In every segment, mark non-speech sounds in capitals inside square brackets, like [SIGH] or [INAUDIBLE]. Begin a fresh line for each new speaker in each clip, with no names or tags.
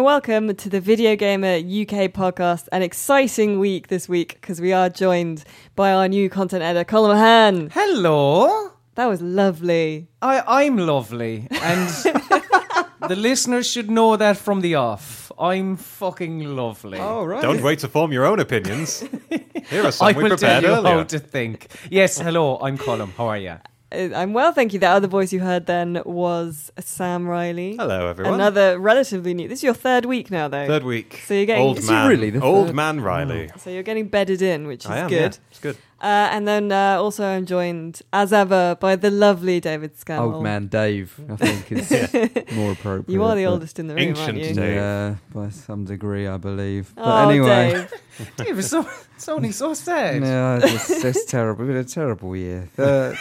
welcome to the Video Gamer UK podcast. An exciting week this week because we are joined by our new content editor, Colin Mahan.
Hello.
That was lovely.
I, I'm lovely. [LAUGHS] And the listeners should know that from the off. I'm fucking lovely.
Oh,
right. Don't wait to form your
[LAUGHS]
own opinions. Here are some
I
we
will tell
prepared
you how
earlier.
to think. Yes, hello, I'm Colm. How are [LAUGHS] you?
Uh, I'm well, thank you. That other voice you heard then was Sam Riley.
Hello, everyone.
Another relatively new. This is your third week now, though.
Third week.
So you're getting-
old
Is
he
man.
really the
old
third?
man Riley.
So you're getting bedded in, which is
I am. yeah.
good.
It's good.
Uh, and then uh, also I'm joined, as ever, by the lovely David Scammell.
Old man Dave, I think
[LAUGHS]
is more appropriate.
You are the
but-
oldest in the room, aren't
Ancient
you?
Dave.
Yeah, by some degree, I believe. But
Oh,
anyway,
Dave.
Dave, it's, so, it's only so sad.
no, it's, it's terrible. It's been a terrible year.
[LAUGHS]
The-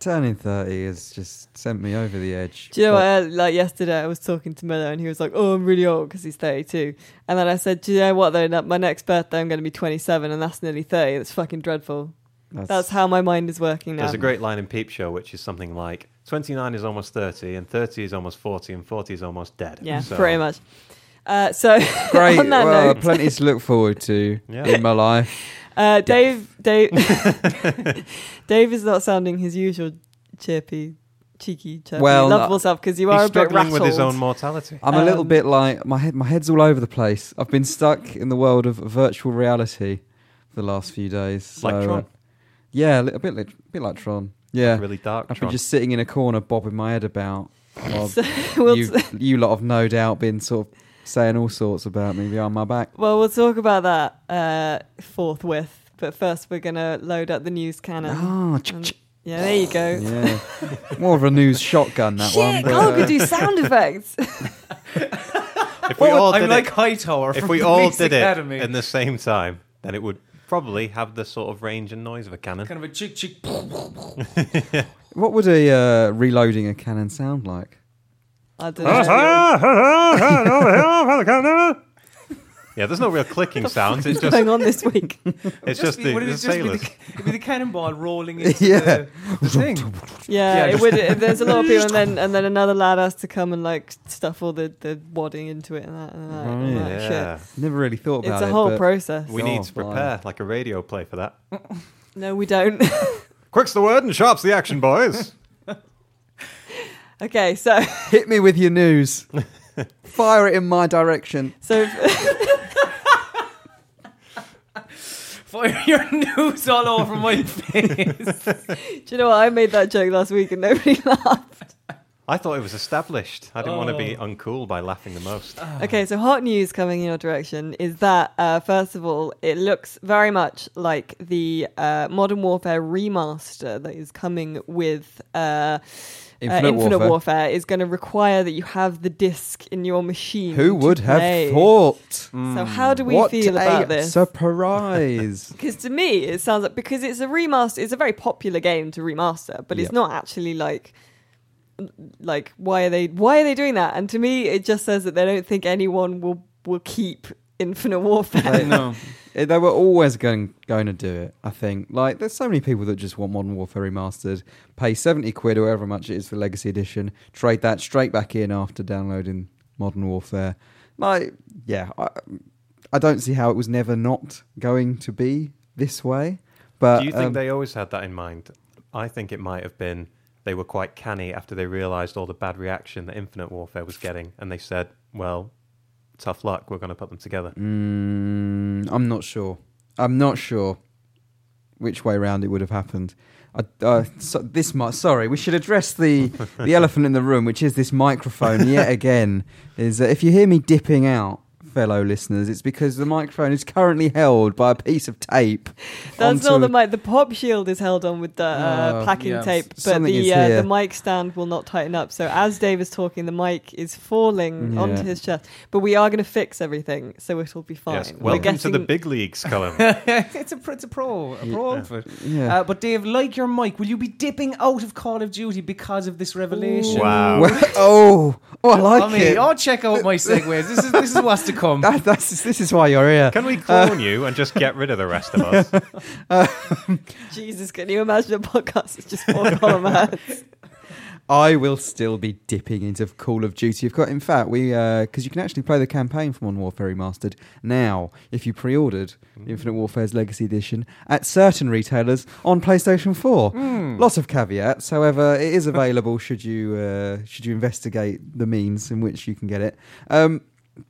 turning thirty has just sent me over the edge.
Do you know
But
what? uh, Like yesterday, I was talking to Miller, and he was like, "Oh, I'm really old because he's 32." And then I said, "Do you know what? Though Like, my next birthday, I'm going to be 27, and that's nearly 30. That's fucking dreadful. That's how [LAUGHS] my mind is working now."
There's a great line in Peep Show, which is something like 29 is almost 30, and 30 is almost 40, and 40 is almost dead.
yeah,
So-
pretty much. Uh, so [LAUGHS]
great.
on that
well,
note,
plenty to look forward to
Yeah.
in my life.
uh, Dave, Dave,
[LAUGHS]
Dave [LAUGHS] is not sounding his usual chirpy, cheeky, chirpy,
Well,
lovable self because you
uh, He's
are a bit
struggling
rattled.
with
[LAUGHS]
his own mortality.
I'm a little
Um,
bit like my head. My head's all over the place. I've been stuck in the world of virtual reality for the last few days. So,
Like Tron.
uh, yeah, a li- a bit, like, a bit like Tron. Yeah,
Really dark.
I've been
Tron.
just sitting in a corner bobbing my
[LAUGHS]
head about. while
So we'll
you, you lot have no doubt been sort of saying all sorts about me behind my back.
Well, we'll talk about that uh, forthwith. But first, we're going to load up the news cannon.
Ah,
And- Um, [LAUGHS] yeah, there you go.
yeah, more of a news shotgun that one.
Shit,
but,
Carl
uh,
could do sound
[LAUGHS]
effects.
if we all
I'm
did
like
it,
Hightower
if
from
we
the
all
Police
did it
Academy.
in the same time, then it would probably have the sort of range and noise of a cannon.
Kind of a chick chick.
what would a uh, reloading a cannon sound like?
I don't know.
Uh-huh.
Yeah, there's no real clicking sounds. It's
What's
just
going on this
[LAUGHS]
week?
it's just
be-
the,
would it
the
just be the-
sailors.
It'd [LAUGHS] be the cannonball
[LAUGHS]
rolling into
Yeah.
the, the thing.
Yeah,
Yeah,
it
just-
would. It, there's a lot of people, and
[LAUGHS]
then and then another lad has to come and like stuff all the, the wadding into it and that and that, and
Right.
that
Yeah,
Oh, shit.
Never really Mm, thought about
It's
it.
a whole
but-
process.
we
Oh,
need to
blimey.
prepare like a radio play for that.
No, we don't. [LAUGHS]
Quick's the word and sharp's the action, boys.
okay, so
Hit me with
[LAUGHS]
your news. Fire it in my direction.
so [LAUGHS]
Fire your news all over
[LAUGHS]
my face.
do you know what? I made that joke last week and nobody [LAUGHS] laughed.
I thought it was established. I didn't want to be uncool by laughing the most.
Uh-huh.
Okay, so hot news coming in your direction is that, uh, first of all, it looks very much like the uh, Modern Warfare remaster that is coming with uh,
Infinite
uh, Infinite
Warfare.
Warfare is going to require that you have the disc in your machine.
Who
to
would have
play.
thought? Hmm,
So, how do we
what
feel
a
about this?
surprise!
Because to me, it sounds like because it's a remaster, it's a very popular game to remaster, but it's
Yep.
not actually like like why are they why are they doing that? And to me, it just says that they don't think anyone will will keep Infinite
[LAUGHS]
Warfare.
no.
Eh, they were always going going to do it. I think. Like, there's so many people that just want Modern Warfare remastered, pay seventy quid or however much it is for Legacy Edition, trade that straight back in after downloading Modern Warfare. Like, yeah, I, I don't see how it was never not going to be this way. But
Do you think
um,
they always had that in mind? I think it might have been they were quite canny after they realised all the bad reaction that Infinite Warfare was getting, and they said, "Well, tough luck. We're going to put them together."
Mm, I'm not sure. I'm not sure which way round it would have happened. I, uh, so this mi- sorry, we should address the the elephant in the room, which is this microphone. Yet again, is that if you hear me dipping out, fellow listeners, it's because the microphone is currently held by a piece of tape.
[LAUGHS] That's
onto
not the mic. The pop shield is held on with the uh,
Oh,
packing
yeah.
tape, but
Something
the
is
uh,
here.
the mic stand will not tighten up. So as Dave is talking, the mic is falling
Yeah.
onto his chest. But we are going to fix everything, so it'll be fine.
Yes.
We're
Welcome to the
getting-
big leagues, Colin.
it's a pr- it's a pro a pro outfit.
Yeah.
Uh, but Dave, like your mic, will you be dipping out of Call of Duty because of this revelation?
wow.
[LAUGHS] Well, oh, oh, I like
I mean,
it.
I'll check out my segues. This is this is what's to come.
[LAUGHS] That- that's, this is why you're here.
Can we clone you and just get rid of the rest of us?
[LAUGHS] Jesus, can you imagine a podcast? It's just all Colin Hands.
I will still be dipping into Call of Duty. Of course, in fact, we because you can actually play the campaign from Modern Warfare Remastered now if you pre-ordered Infinite Warfare's Legacy Edition at certain retailers on PlayStation Four. Lots of caveats. However, it is available should you uh, should you investigate the means in which you can get it. Um,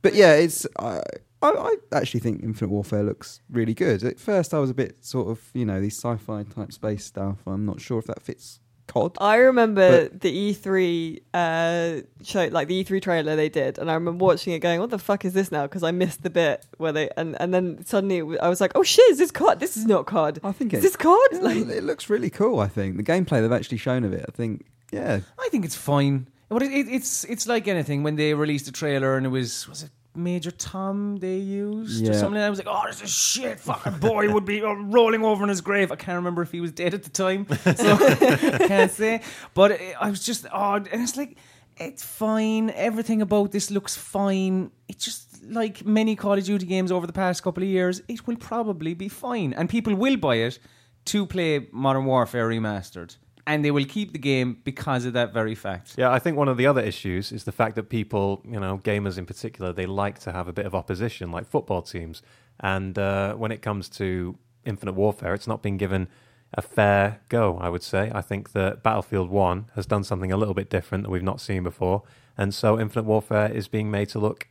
but yeah, it's I, I I actually think Infinite Warfare looks really good. At first, I was a bit sort of you know these sci-fi type space stuff. I'm not sure if that fits COD.
I remember the E3 uh, show, like the E3 trailer they did, and I remember watching it, going, "What the fuck is this now?" Because I missed the bit where they, and, and then suddenly it w- I was like, "Oh shit, is this COD? This is not COD.
I think
Is
it,
this COD?"
yeah,
Like,
it looks really cool. I think the gameplay they've actually shown of it. I think yeah,
I think it's fine. But it, it, it's it's like anything when they released a trailer and it was was it Major Tom they used or
Yeah.
something. I was like, oh, this is shit. Fucking boy would be uh, rolling over in his grave. I can't remember if he was dead at the
[LAUGHS]
time, so I can't say. But it, I was just oh, and it's like it's fine. Everything about this looks fine. It just like many Call of Duty games over the past couple of years, it will probably be fine, and people will buy it to play Modern Warfare Remastered. And they will keep the game because of that very fact.
[LAUGHS] Yeah, I think one of the other issues is the fact that people, you know, gamers in particular, they like to have a bit of opposition, like football teams. And uh, when it comes to Infinite Warfare, it's not been given a fair go, I would say. I think that Battlefield 1 has done something a little bit different that we've not seen before. And so Infinite Warfare is being made to look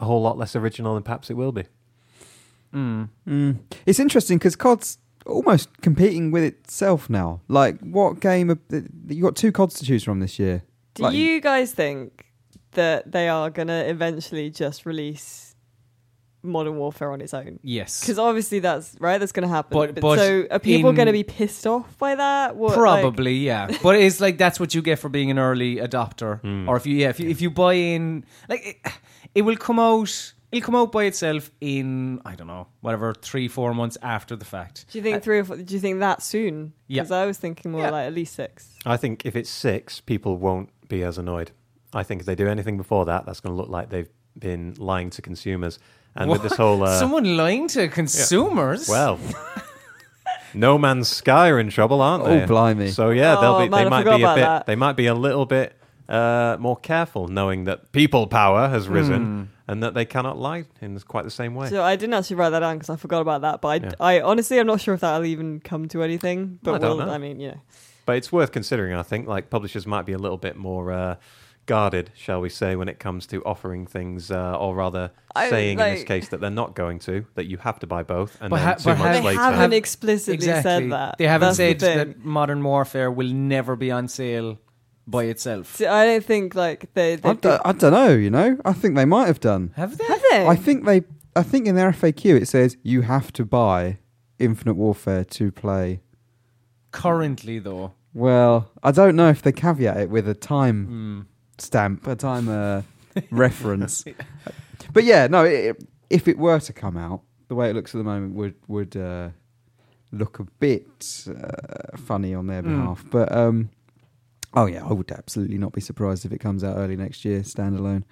a whole lot less original than perhaps it will be.
Mm.
Mm. It's interesting because COD's almost competing with itself now. Like, what game? Of, you got two CODs to choose from this year.
do
Like-
you guys think that they are gonna eventually just release Modern Warfare on its own?
Yes.
Because obviously that's right. That's going to happen.
But- but
so are people
in-
going to be pissed off by that? What, like-
Probably,
[LAUGHS]
yeah. But it's like that's what you get for being an early adopter,
Mm.
or if you, yeah, if you, if you buy in, like it, it will come out, it'll come out by itself in I don't know, whatever, three, four months after the fact.
do you think three or four? Do you think that soon?
Yeah.
Because I was thinking more
Yeah.
like at least six.
I think if it's six, people won't be as annoyed. I think if they do anything before that, that's going to look like they've been lying to consumers. And with this whole. Uh,
Someone lying to consumers.
Well, No Man's Sky are in trouble, aren't
Oh,
they?
blimey.
So yeah,
Oh,
they'll be,
man,
they
I
might
forgot
be a
about
bit.
that.
They might be a little bit uh, more careful, knowing that people power has risen
Hmm.
and that they cannot lie in quite the same way.
So I didn't actually write that down because I forgot about that. But I,
Yeah.
I honestly, I'm not sure if that'll even come to anything. But
I don't
we'll,
know.
I mean, you know,
But it's worth considering. I think like publishers might be a little bit more. Uh, Guarded, shall we say, when it comes to offering things, uh, or rather
I-
saying in this
like-
case that they're not going to, that you have to buy both, and
But
then
ha-
two
but
months
they
later,
haven't
Have-
explicitly
exactly.
said that.
They haven't
That's the
said
thing.
that Modern Warfare will never be on sale by itself.
So I don't think like they. they
I d- I don't know. You know, I think they might have done.
Have they?
have they?
I think they. I think in their FAQ it says you have to buy Infinite Warfare to play.
Currently, though.
Well, I don't know if they caveat it with a time
Mm.
stamp, a time uh, reference. But yeah, no. It, if it were to come out, the way it looks at the moment would would uh, look a bit uh, funny on their
Mm.
behalf. But um, oh yeah, I would absolutely not be surprised if it comes out early next year, standalone.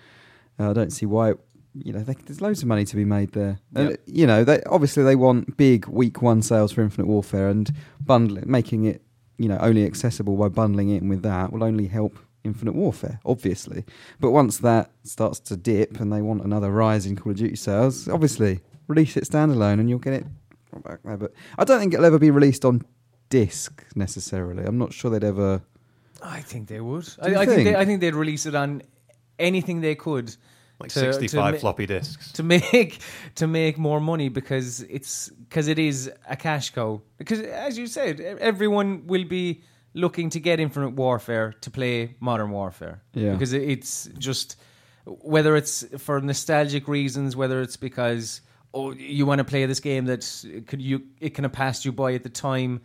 Uh, I don't see why. It, you know, they, there's loads of money to be made there. And,
Yep.
you know, they obviously they want big week one sales for Infinite Warfare and bundling, making it you know only accessible by bundling it in with that will only help Infinite Warfare, obviously. But once that starts to dip and they want another rise in Call of Duty sales, obviously release it standalone and you'll get it right back there. But I don't think it'll ever be released on disc necessarily. I'm not sure they'd ever.
I think they would.
you
I, I think
think?
they, I think they'd release it on anything they could.
like
to- to
sixty-five
ma-
floppy
[LAUGHS]
disks.
to make to make more money because it's because it is a cash cow. Because as you said, e- everyone will be looking to get Infinite Warfare to play Modern Warfare
Yeah.
because it- it's just whether it's for nostalgic reasons, whether it's because oh you want to play this game that could you it kind of passed you by at the time.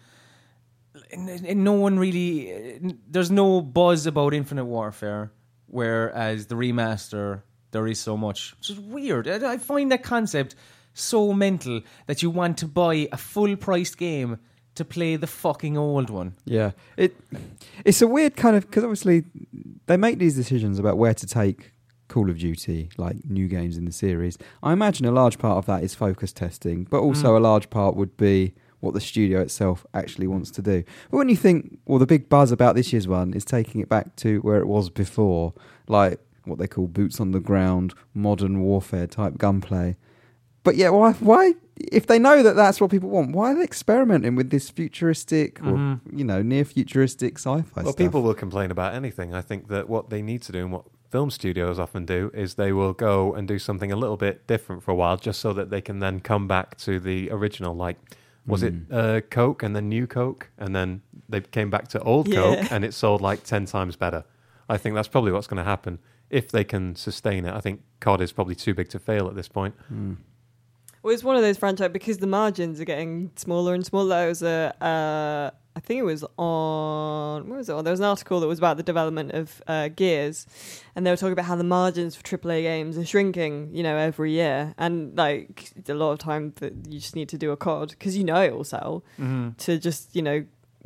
And, and no one really, n- there's no buzz about Infinite Warfare, whereas the remaster there is so much, which is weird. I, I find that concept so mental that you want to buy a full priced game to play the fucking old one.
Yeah, it it's a weird kind of because obviously they make these decisions about where to take Call of Duty, like new games in the series. I imagine a large part of that is focus testing, but also a large part would be what the studio itself actually wants to do. But when you think, well, the big buzz about this year's one is taking it back to where it was before, like what they call boots on the ground, modern warfare type gunplay. But yeah, why? Why? If they know that that's what people want, why are they experimenting with this futuristic or
Mhm.
you know near futuristic sci-fi
Mm-hmm. Well,
stuff?
people will complain about anything. I think that what they need to do and what film studios often do is they will go and do something a little bit different for a while just so that they can then come back to the original. Like, was it uh, Coke and then new Coke? And then they came back to old
Yeah.
Coke and it sold like 10 times better. I think that's probably what's going to happen if they can sustain it. I think COD is probably too big to fail at this point.
Hmm,
Well, it's one of those franchise because the margins are getting smaller and smaller. There was a, uh, I think it was on, what was it on? There was an article that was about the development of uh, Gears, and they were talking about how the margins for AAA games are shrinking, you know, every year. And like a lot of time that you just need to do a COD because you know it will sell to just, you know,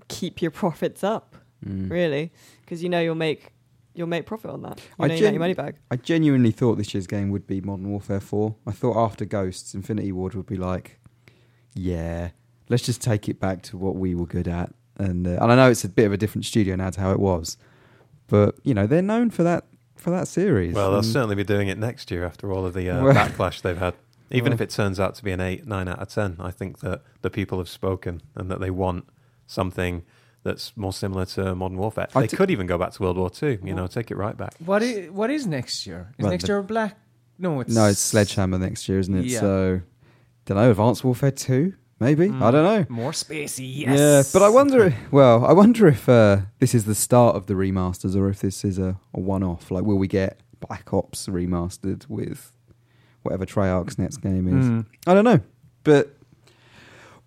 keep your [LAUGHS] profits up,
Mm.
really, because you know you'll make you'll make profit on that. You
I
know, you get
gen-
your money back.
I genuinely thought this year's game would be Modern Warfare 4. I thought after Ghosts, Infinity Ward would be like, yeah, let's just take it back to what we were good at. And uh, and I know it's a bit of a different studio now to how it was, but you know they're known for that for that series.
Well, they'll
And-
certainly be doing it next year after all of the uh,
Well- [LAUGHS]
backlash they've had. Even
Well-
if it turns out to be an eight, nine out of ten, I think that the people have spoken and that they want something that's more similar to modern warfare.
I
They
t-
could even go back to World War Two. You know, take it right back.
What is what is next year? Is
Well,
next
the-
year Black? No, it's
no, it's Sledgehammer next year, isn't it?
Yeah.
So, don't know. Advanced Warfare 2, maybe. I don't know.
[LAUGHS] More spacey, Mm. yes.
Yeah, but I wonder. Well, I wonder if uh, this is the start of the remasters, or if this is a, a one-off. Like, will we get Black Ops remastered with whatever Treyarch's next game is?
Mm.
I don't know, but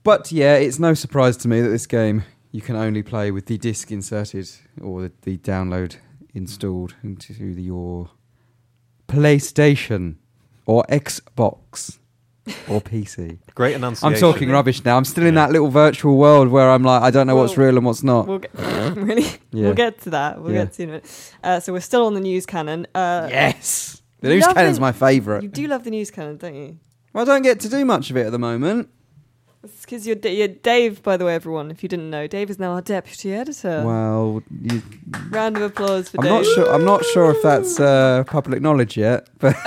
but yeah, it's no surprise to me that this game you can only play with the disc inserted or the, the download installed into your PlayStation or Xbox
[LAUGHS]
or PC.
Great enunciation.
I'm talking rubbish now. I'm still in
Yeah.
that little virtual world where I'm like, I don't know what's
Well-
real and what's not.
We'll get, [LAUGHS] really,
[LAUGHS] Yeah.
we'll get to that. We'll
Yeah.
get to it in a minute. Uh, so we're still on the news canon. Uh,
yes, the
You
news
love
cannon's
it.
my favourite.
You do love the news canon, don't you?
I don't get to do much of it at the moment.
It's because you're, D- you're Dave, by the way, everyone. If you didn't know, Dave is now our deputy editor.
well, you,
Round of applause for
I'm
Dave.
not sure. I'm not sure if that's uh, public knowledge yet, but [LAUGHS]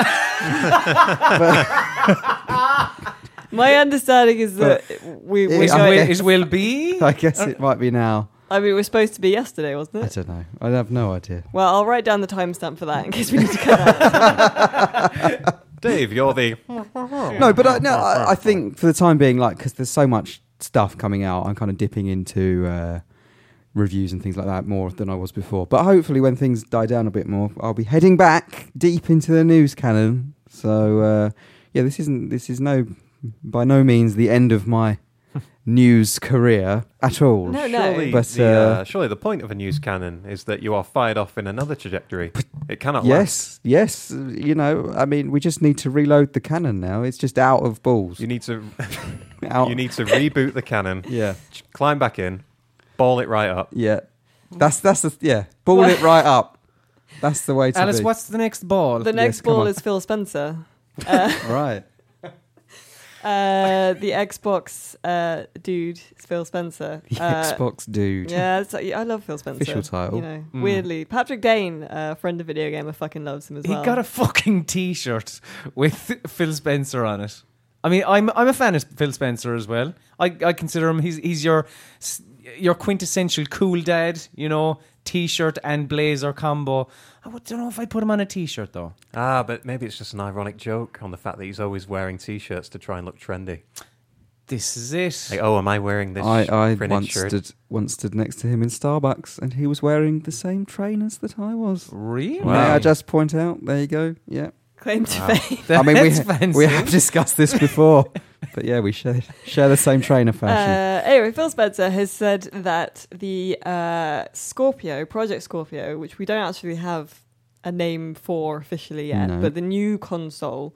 My understanding is that we. We're
It's-
Is will,
going,
I-
is will be.
[LAUGHS] I guess it might be now.
I mean, it was supposed to be yesterday, wasn't
I
it?
don't know. I have no idea.
Well, I'll write down the timestamp for that in case we
[LAUGHS]
need to cut that.
Dave, you're the
No, but I, no, I, I think for the time being, like, because there's so much stuff coming out, I'm kind of dipping into uh, reviews and things like that more than I was before. But hopefully, when things die down a bit more, I'll be heading back deep into the news canon. So uh, yeah, this isn't this is no by no means the end of
[LAUGHS]
my news career at all.
No, no.
surely,
But,
the,
uh,
uh, surely the point of a news cannon is that you are fired off in another trajectory. It cannot last.
Yes, yes. You know, I mean, we just need to reload the cannon now. It's just out of balls.
You need to [LAUGHS]
out.
you need to reboot the cannon,
yeah.
climb back in, ball it right up.
Yeah, that's that's the yeah. Ball it
[LAUGHS]
right up. That's the way to
Alice,
be.
what's the next ball?
the next
Yes, come
ball
on.
is Phil Spencer.
right?
Uh, the Xbox uh, dude is Phil
[LAUGHS]
Spencer.
[LAUGHS] The
Uh,
Xbox dude.
Yeah, it's, I love Phil Spencer.
Official title.
You know,
Mm.
weirdly, Patrick Dane, a friend of video gamer, fucking loves him as
He
well.
got a fucking T-shirt with Phil Spencer on it. I mean, I'm I'm a fan of Phil Spencer as well. I, I consider him he's he's your s- your quintessential cool dad. You know, T-shirt and blazer combo. I would, don't know if I put him on a T-shirt though.
Ah, but maybe it's just an ironic joke on the fact that he's always wearing t-shirts to try and look trendy.
This is it.
Like, oh, am I wearing this
I, I
printed
once
shirt?
stood once stood next to him in Starbucks, and he was wearing the same trainers that I was.
really?
Wow.
May I just point out? There you go.
[LAUGHS]
Yeah.
claim to fame.
I mean, we
That's
ha-
fancy.
we have discussed this before, [LAUGHS] but yeah, we share share the same trainer fashion.
Uh, anyway, Phil Spencer has said that the uh, Scorpio, Project Scorpio, which we don't actually have a name for officially yet,
No.
but the new console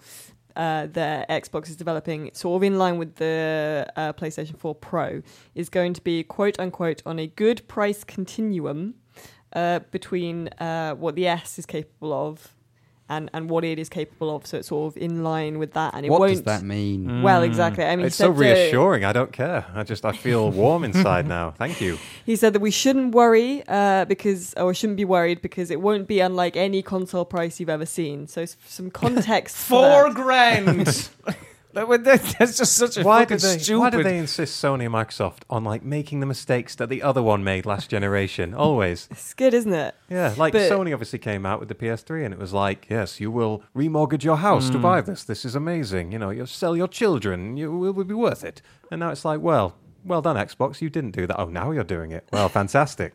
uh, that Xbox is developing, sort of in line with the uh, PlayStation 4 Pro, is going to be quote unquote on a good price continuum uh, between uh, what the S is capable of and, and what it is capable of. So it's sort of in line with that, and it
what
won't.
does that mean?
Mm.
Well, exactly. I mean, he
it's so
said to-
reassuring. I don't care. I just I feel warm inside
[LAUGHS]
now. Thank you.
He said that we shouldn't worry uh, because, or shouldn't be worried because it won't be unlike any console price you've ever seen. So s- some context. for that.
Four grand. [LAUGHS] That would- that- That's just such a
Why
fucking
did they?
stupid.
Why did they insist Sony and Microsoft on like making the mistakes that the other one made last generation? Always.
It's good, isn't it?
Yeah, like
But-
Sony obviously came out with the PS3 and it was like, yes, you will remortgage your house to
Hmm.
buy this. This is amazing. You know, you'll sell your children. You will, will be worth it. And now it's like, well, well done, Xbox. You didn't do that. Oh, now you're doing it. Well, fantastic.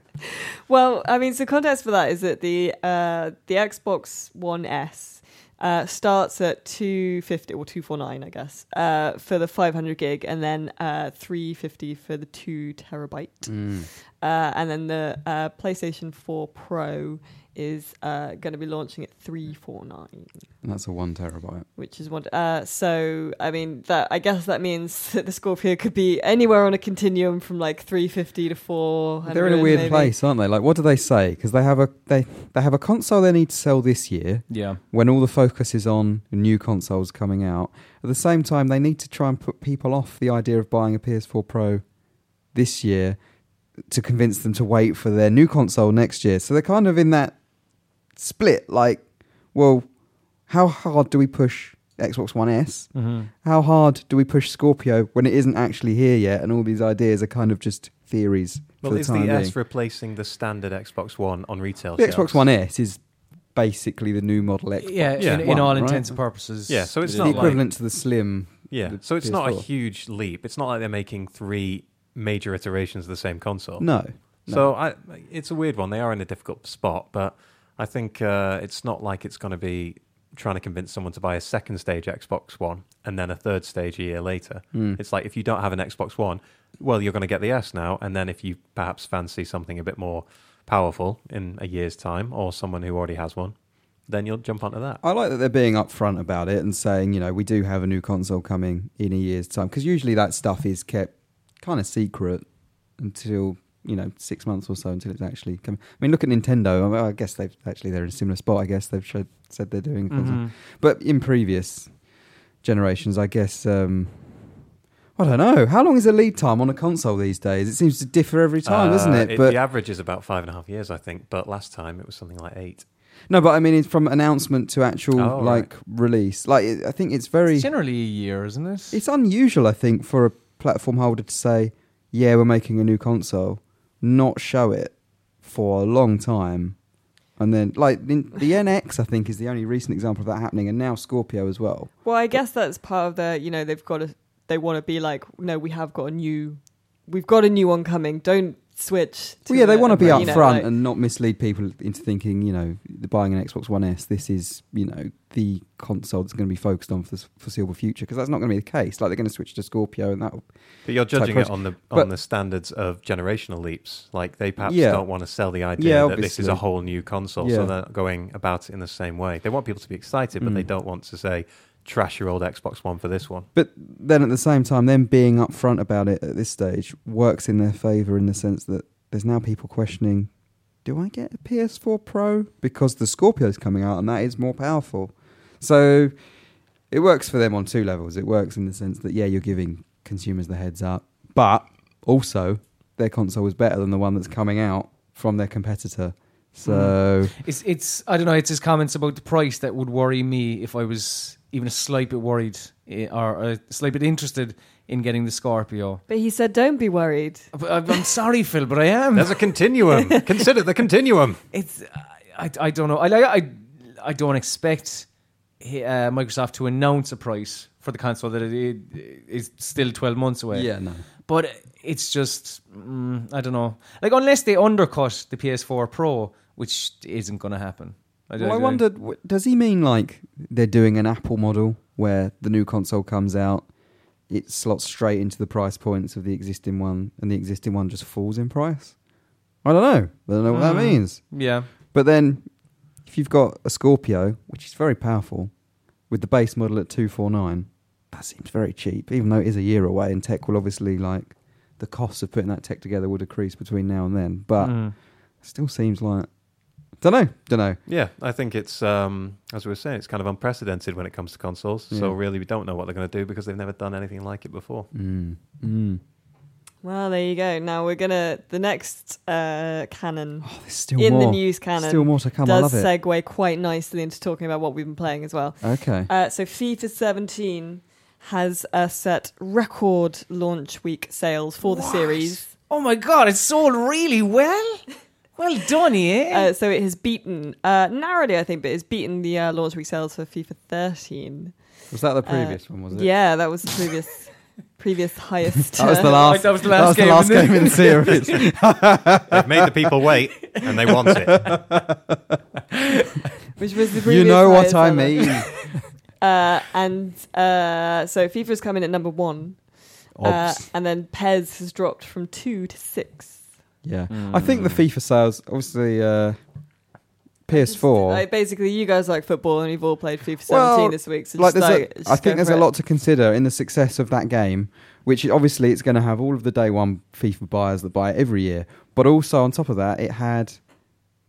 Well, I mean, so context for that is that the uh, the Xbox One S uh, starts at two fifty or two four nine, I guess, uh, for the five hundred gig, and then uh, three fifty for the two terabyte, uh, and then the uh, PlayStation Four Pro is uh, going to be launching at three four nine.
That's a one terabyte.
which is what. Uh, so I mean, that I guess that means [LAUGHS] that the Scorpio could be anywhere on a continuum from like 350 to 4.
They're in a weird
maybe.
place, aren't they? Like, what do they say? Because they have a they they have a console they need to sell this year.
Yeah.
when all the focus is on new consoles coming out. At the same time, they need to try and put people off the idea of buying a PS4 Pro this year to convince them to wait for their new console next year. So they're kind of in that split like, well, how hard do we push Xbox One S?
Mm-hmm.
How hard do we push Scorpio when it isn't actually here yet and all these ideas are kind of just theories?
Well,
[LAUGHS] for the
is
time
the
being?
S replacing the standard Xbox One on retail?
the
shelves?
Xbox One S is basically the new model Xbox.
Yeah,
Yeah.
in, in
One,
all
right?
intents and purposes.
Yeah, so
it
it's
It's
is
the
not
like-
equivalent to the Slim
Yeah,
the
so it's not a
PS4.
huge leap. It's not like they're making three major iterations of the same console.
No. no.
So I, it's a weird one. They are in a difficult spot, but I think uh, it's not like it's going to be trying to convince someone to buy a second stage Xbox One and then a third stage a year later.
Hmm.
It's like if you don't have an Xbox One, well, you're going to get the S now, and then if you perhaps fancy something a bit more powerful in a year's time, or someone who already has one, then you'll jump onto that.
I like that they're being upfront about it and saying, you know, we do have a new console coming in a year's time. Because usually that stuff is kept kind of secret until, you know, six months or so until it's actually coming. I mean, look at Nintendo. I, mean, I guess they've actually, they're in a similar spot. I guess they've showed, said they're doing a console.
Mm-hmm.
Mhm.
But in previous generations, I guess, um, I don't know. How long is the lead time on a console these days? It seems to differ every time,
Uh,
doesn't it? But
the average is about five and a half years, I think. But last time it was something like eight.
no, but I mean, it's from announcement to actual
Oh, right.
like release. Like, it, I think it's very.
It's generally a year, isn't it?
It's unusual, I think, for a platform holder to say, "Yeah, we're making a new console," not show it for a long time, and then like the, the
[LAUGHS]
NX, I think, is the only recent example of that happening, and now Scorpio as well.
Well, I guess that's part of their, you know, they've got to, they want to be like, no, we have got a new, we've got a new one coming. Don't switch. To
Well, yeah, they
the-
want to be
you
up
know,
front
like-
and not mislead people into thinking, you know, they're buying an Xbox One S, this is, you know, the console that's going to be focused on for the foreseeable future, because that's not going to be the case. Like they're going to switch to Scorpio, and that
But you're judging it
process.
on the on
But-
the standards of generational leaps. Like they perhaps
Yeah.
don't want to sell the idea
Yeah,
that this is a
obviously.
whole new console,
Yeah.
so they're not going about it in the same way. They want people to be excited, but they
Mm.
don't want to say trash your old Xbox One for this one.
But then at the same time, them being upfront about it at this stage works in their favour in the sense that there's now people questioning, do I get a PS4 Pro? Because the Scorpio's coming out and that is more powerful. So it works for them on two levels. It works in the sense that, yeah, you're giving consumers the heads up, but also their console is better than the one that's coming out from their competitor. So
It's, it's I don't know. It's his comments about the price that would worry me if I was even a slight bit worried eh, or a slight bit interested in getting the Scorpio.
But he said, don't be worried.
But I'm I'm sorry, Phil, but I am.
There's a
[LAUGHS]
continuum. Consider the continuum.
It's I, I, I don't know. I like I I don't expect eh, uh, Microsoft to announce a price for the console that it, it is still 12 months away.
yeah, no.
But it's just mm, I don't know. Like unless they undercut the PS4 Pro, which isn't going to happen.
Well, I
don't-
wondered, w- does he mean like they're doing an Apple model where the new console comes out, it slots straight into the price points of the existing one, and the existing one just falls in price? I don't know. I don't know what that
Hmm.
means.
Yeah.
But then, if you've got a Scorpio, which is very powerful, with the base model at two four nine, that seems very cheap. Even though it is a year away, and tech will obviously like the
Hmm.
cost of putting that tech together will decrease between now and then. But
Mm.
still seems like Don't know. Don't know.
Yeah, I think it's um, as we were saying, it's kind of unprecedented when it comes to consoles. So
Yeah.
really, we don't know what they're going to do because they've never done anything like it before.
Mm.
Hmm.
Mm.
Well, there you go. Now we're gonna the next uh, canon
Oh, there's still
in
more.
the news canon
Still more to come. I
does
love it.
segue quite nicely into talking about what we've been playing as well.
okay.
Uh, so FIFA 17 has uh, set record launch week sales for the series.
Oh my god, it's sold really well. Well done, eh? yeah.
Uh, so it has beaten uh, narrowly, I think, but it's beaten the uh, launch week sales for FIFA 13.
Was that the previous one? Was it?
uh, Yeah, that was the previous previous highest.
That was
[LAUGHS]
the
uh,
last.
That was the last game in the-
game [LAUGHS] in the series.
[LAUGHS] they've made the people wait, and they want
[LAUGHS]
it.
which was the previous.
you know what
highest
I
ever.
mean.
Uh, and uh, so FIFA's come in at number one, uh,
Obs.
and then Pez has dropped from two to six.
yeah, I think the FIFA sales, obviously, uh, PS4.
Like, basically, you guys like football, and you've all played FIFA 17
Well,
this week. So
like
just
there's
like,
a,
just
I
go
think there's
for
a
it.
lot to consider in the success of that game, which is- obviously it's going to have all of the day one FIFA buyers that buy it every year, but also on top of that, it had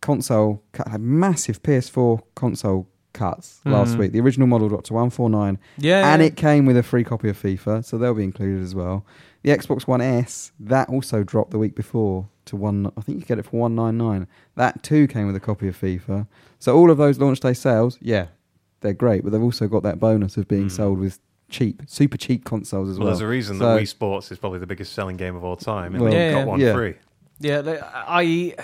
console cut, had massive PS4 console cuts last
Mm.
Mhm.
week. The original model dropped to 149,
yeah,
and it came with a free copy of FIFA, so they'll be included as well. The Xbox One S that also dropped the week before to one. I think you get it for 199. That too came with a copy of FIFA. So all of those launch day sales, yeah, they're great, but they've also got that bonus of being
Mm.
sold with cheap, super cheap consoles as
Well,
Hmm. well.
there's a reason
So-
that Wii Sports is probably the biggest selling game of all time, and
Well,
they
Yeah,
got
yeah.
one
yeah.
free.
yeah. Like, I,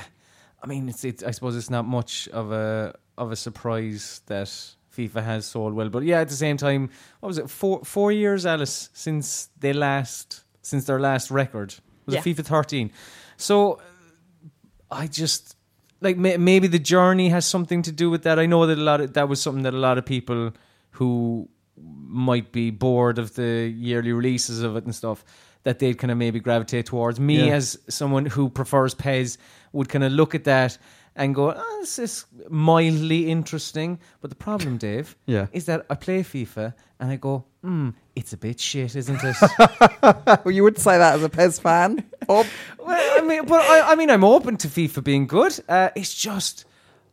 I mean, it's, it's. I suppose it's not much of a of a surprise that FIFA has sold well, but yeah, at the same time, what was it? Four four years, Alice, since they last since their last record was it
Yeah.
FIFA 13. So I just like may, maybe the journey has something to do with that. I know that a lot of that was something that a lot of people who might be bored of the yearly releases of it and stuff that they'd kind of maybe gravitate towards. Me
Yeah.
as someone who prefers Pez would kind of look at that and go, oh, "This is mildly interesting." But the problem, Dave,
[LAUGHS] yeah.
is that I play FIFA and I go, "Hmm, it's a bit shit, isn't it?"
well, Oh, you would say that as a PES fan. [LAUGHS] Bob.
well, I mean, but I, I mean, I'm open to FIFA being good. Uh, it's just,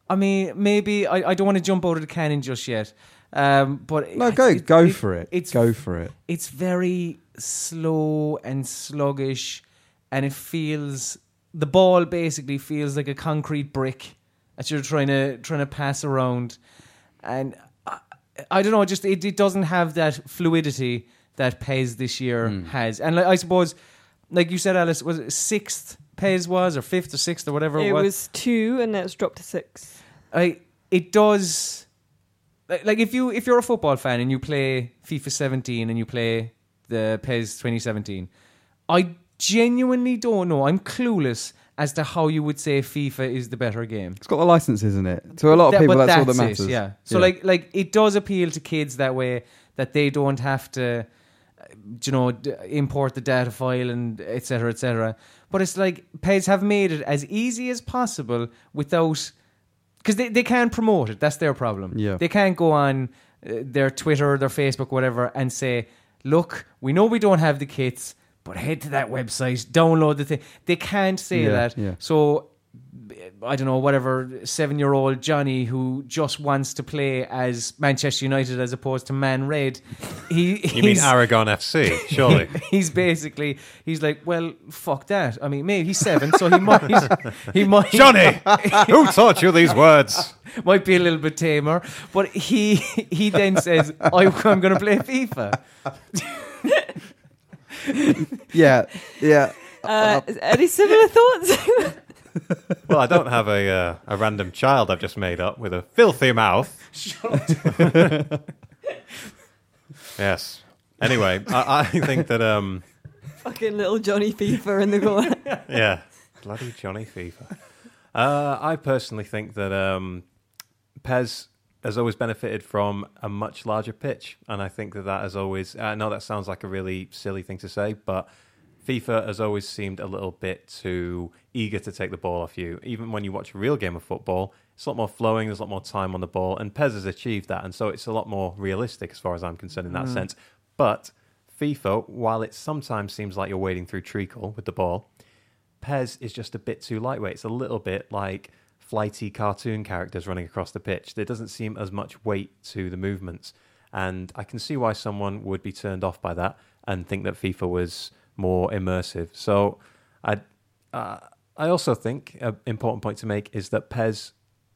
I mean, maybe I, I don't want to jump out of the cannon just yet. Um, but
No,
it-
go
it-
go for it.
It's
go for it.
it's very slow and sluggish, and it feels the ball basically feels like a concrete brick that you're trying to trying to pass around, and I, I don't know, just it, it doesn't have that fluidity that Pez this year has, and like, I suppose, like you said, Alice, was it sixth Pez was or fifth or sixth or whatever it,
It was two, and then it's dropped to six.
I it does like, like if you if you're a football fan and you play FIFA 17 and you play the E PES 2017 I genuinely don't know I'm clueless as to how you would say FIFA is the better game
It's got the license, isn't it? To a lot of
That-
people,
but
that's, all that
it,
matters.
yeah so
Yeah.
like like it does appeal to kids that way that they don't have to uh, you know d- import the data file and etc cetera, etc cetera. but it's like PES have made it as easy as possible without because they, they can't promote it. That's their problem.
Yeah.
They can't go on uh, their Twitter, their Facebook, whatever, and say, look, we know we don't have the kits, but head to that website, download the thing. They can't say
Yeah,
that.
yeah.
So, I don't know, whatever, seven year old Johnny who just wants to play as Manchester United as opposed to Man Red, he,
You mean
he's-
Aragon FC? Surely.
he's basically he's like, well, fuck that. I mean, maybe he's seven, so he might he might
[LAUGHS] Johnny, who taught you these words?
[LAUGHS] might be a little bit tamer, but he he then says, I, "I'm going to play FIFA."
yeah, yeah.
Uh, any similar thoughts?
[LAUGHS]
Well, I don't have a uh, a random child I've just made up with a filthy mouth. [LAUGHS] yes. Anyway, I, I think that um,
Fucking little Johnny FIFA in the corner.
[LAUGHS] yeah, bloody Johnny FIFA. Uh, I personally think that um, Pez has always benefited from a much larger pitch, and I think that that has always. I know that sounds like a really silly thing to say, but FIFA has always seemed a little bit too eager to take the ball off you. Even when you watch a real game of football, it's a lot more flowing. There's a lot more time on the ball, and Pez has achieved that, and so it's a lot more realistic as far as I'm concerned in that sense. But FIFA, while it sometimes seems like you're wading through treacle with the ball, Pez is just a bit too lightweight. It's a little bit like flighty cartoon characters running across the pitch. There doesn't seem as much weight to the movements. And I can see why someone would be turned off by that and think that FIFA was more immersive. So I, uh, I also think an important point to make is that Pez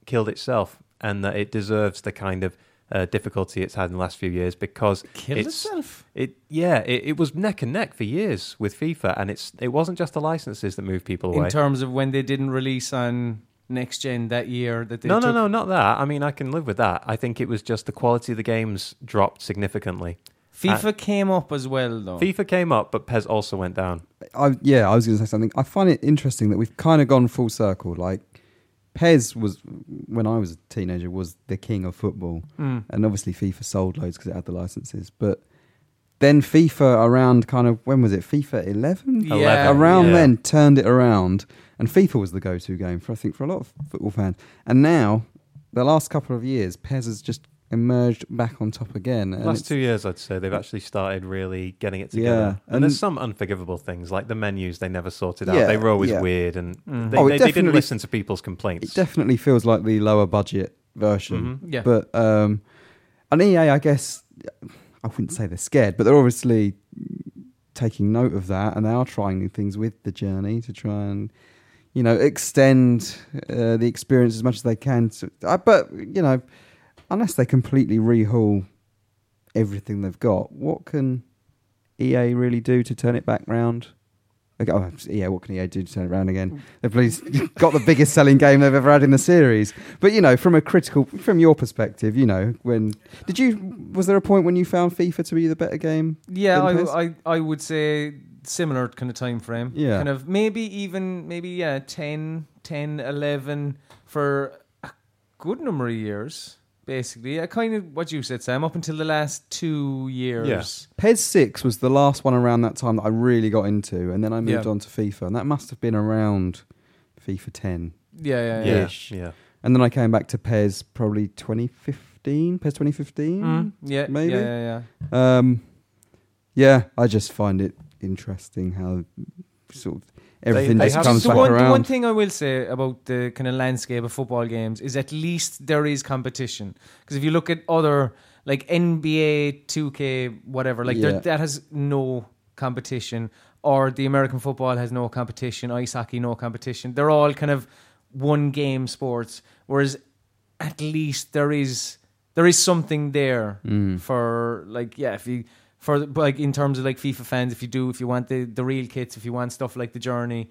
killed itself and that it deserves the kind of uh, difficulty it's had in the last few years because
Killed
it's,
itself.
it yeah, it, it was neck and neck for years with FIFA, and it's it wasn't just the licenses that moved people away.
In terms of when they didn't release on next gen that year, that they
no,
took,
no, no, not that. I mean, I can live with that. I think it was just the quality of the games dropped significantly. Uh,
FIFA came up as well though.
FIFA came up, but Pez also went down.
I yeah, I was going to say something. I find it interesting that we've kind of gone full circle. Like Pez was when I was a teenager was the king of football,
Mm.
and obviously FIFA sold loads because it had the licenses. But then FIFA around kind of when was it? FIFA eleven.
Yeah.
around
yeah.
then turned it around, and FIFA was the go-to game for I think for a lot of football fans. And now, the last couple of years, Pez has just emerged back on top again. And
Last
it's-
two years, I'd say they've actually started really getting it
Yeah,
together. and,
and-
there's some unforgivable things like the menus they never sorted out.
Yeah,
they were always
yeah.
weird, and
Mhm.
they,
Oh, it
they, they didn't
definitely-
listen to people's complaints.
it definitely feels like the lower budget version.
Mhm.
Yeah.
But um, and EA, I guess, I wouldn't say they're scared, but they're obviously taking note of that, and they are trying new things with the journey to try and, you know, extend uh, the experience as much as they can. To, uh, but you know, unless they completely rehaul everything they've got, what can EA really do to turn it back round? Okay, oh, EA, what can EA do to turn it round again? They've please [LAUGHS] got the biggest selling game they've ever had in the series. But you know, from a critical, from your perspective, you know, when did you? Was there a point when you found FIFA to be the better game?
Yeah,
than
I,
Pez?
I I would say similar kind of time frame.
Yeah.
Kind of maybe even maybe yeah 10, 10, 11 for a good number of years basically. I kind of what you said Sam up until the last 2 years.
Pez Six was the last one around that time that I really got into, and then I moved
Yeah.
on to FIFA, and that must have been around FIFA Ten,
Yeah, yeah, yeah.
yeah,
ish.
yeah.
and then I came back to Pez probably 2015, Pez 2015.
Mm, yeah,
Maybe.
yeah, yeah, yeah.
Mm.
Um, yeah, I just find it interesting how sort of everything
they
just
have-
comes
the
back
one, the
around.
one thing I will say about the kind of landscape of football games is at least there is competition. Because if you look at other like NBA, 2K, whatever, like there,
Yeah.
that has no competition, or the American football has no competition, ice hockey no competition. They're all kind of one game sports. Whereas at least there is there is something there
Mm.
for like yeah if you for but, like in terms of like FIFA fans if you do if you want the the real kits if you want stuff like the journey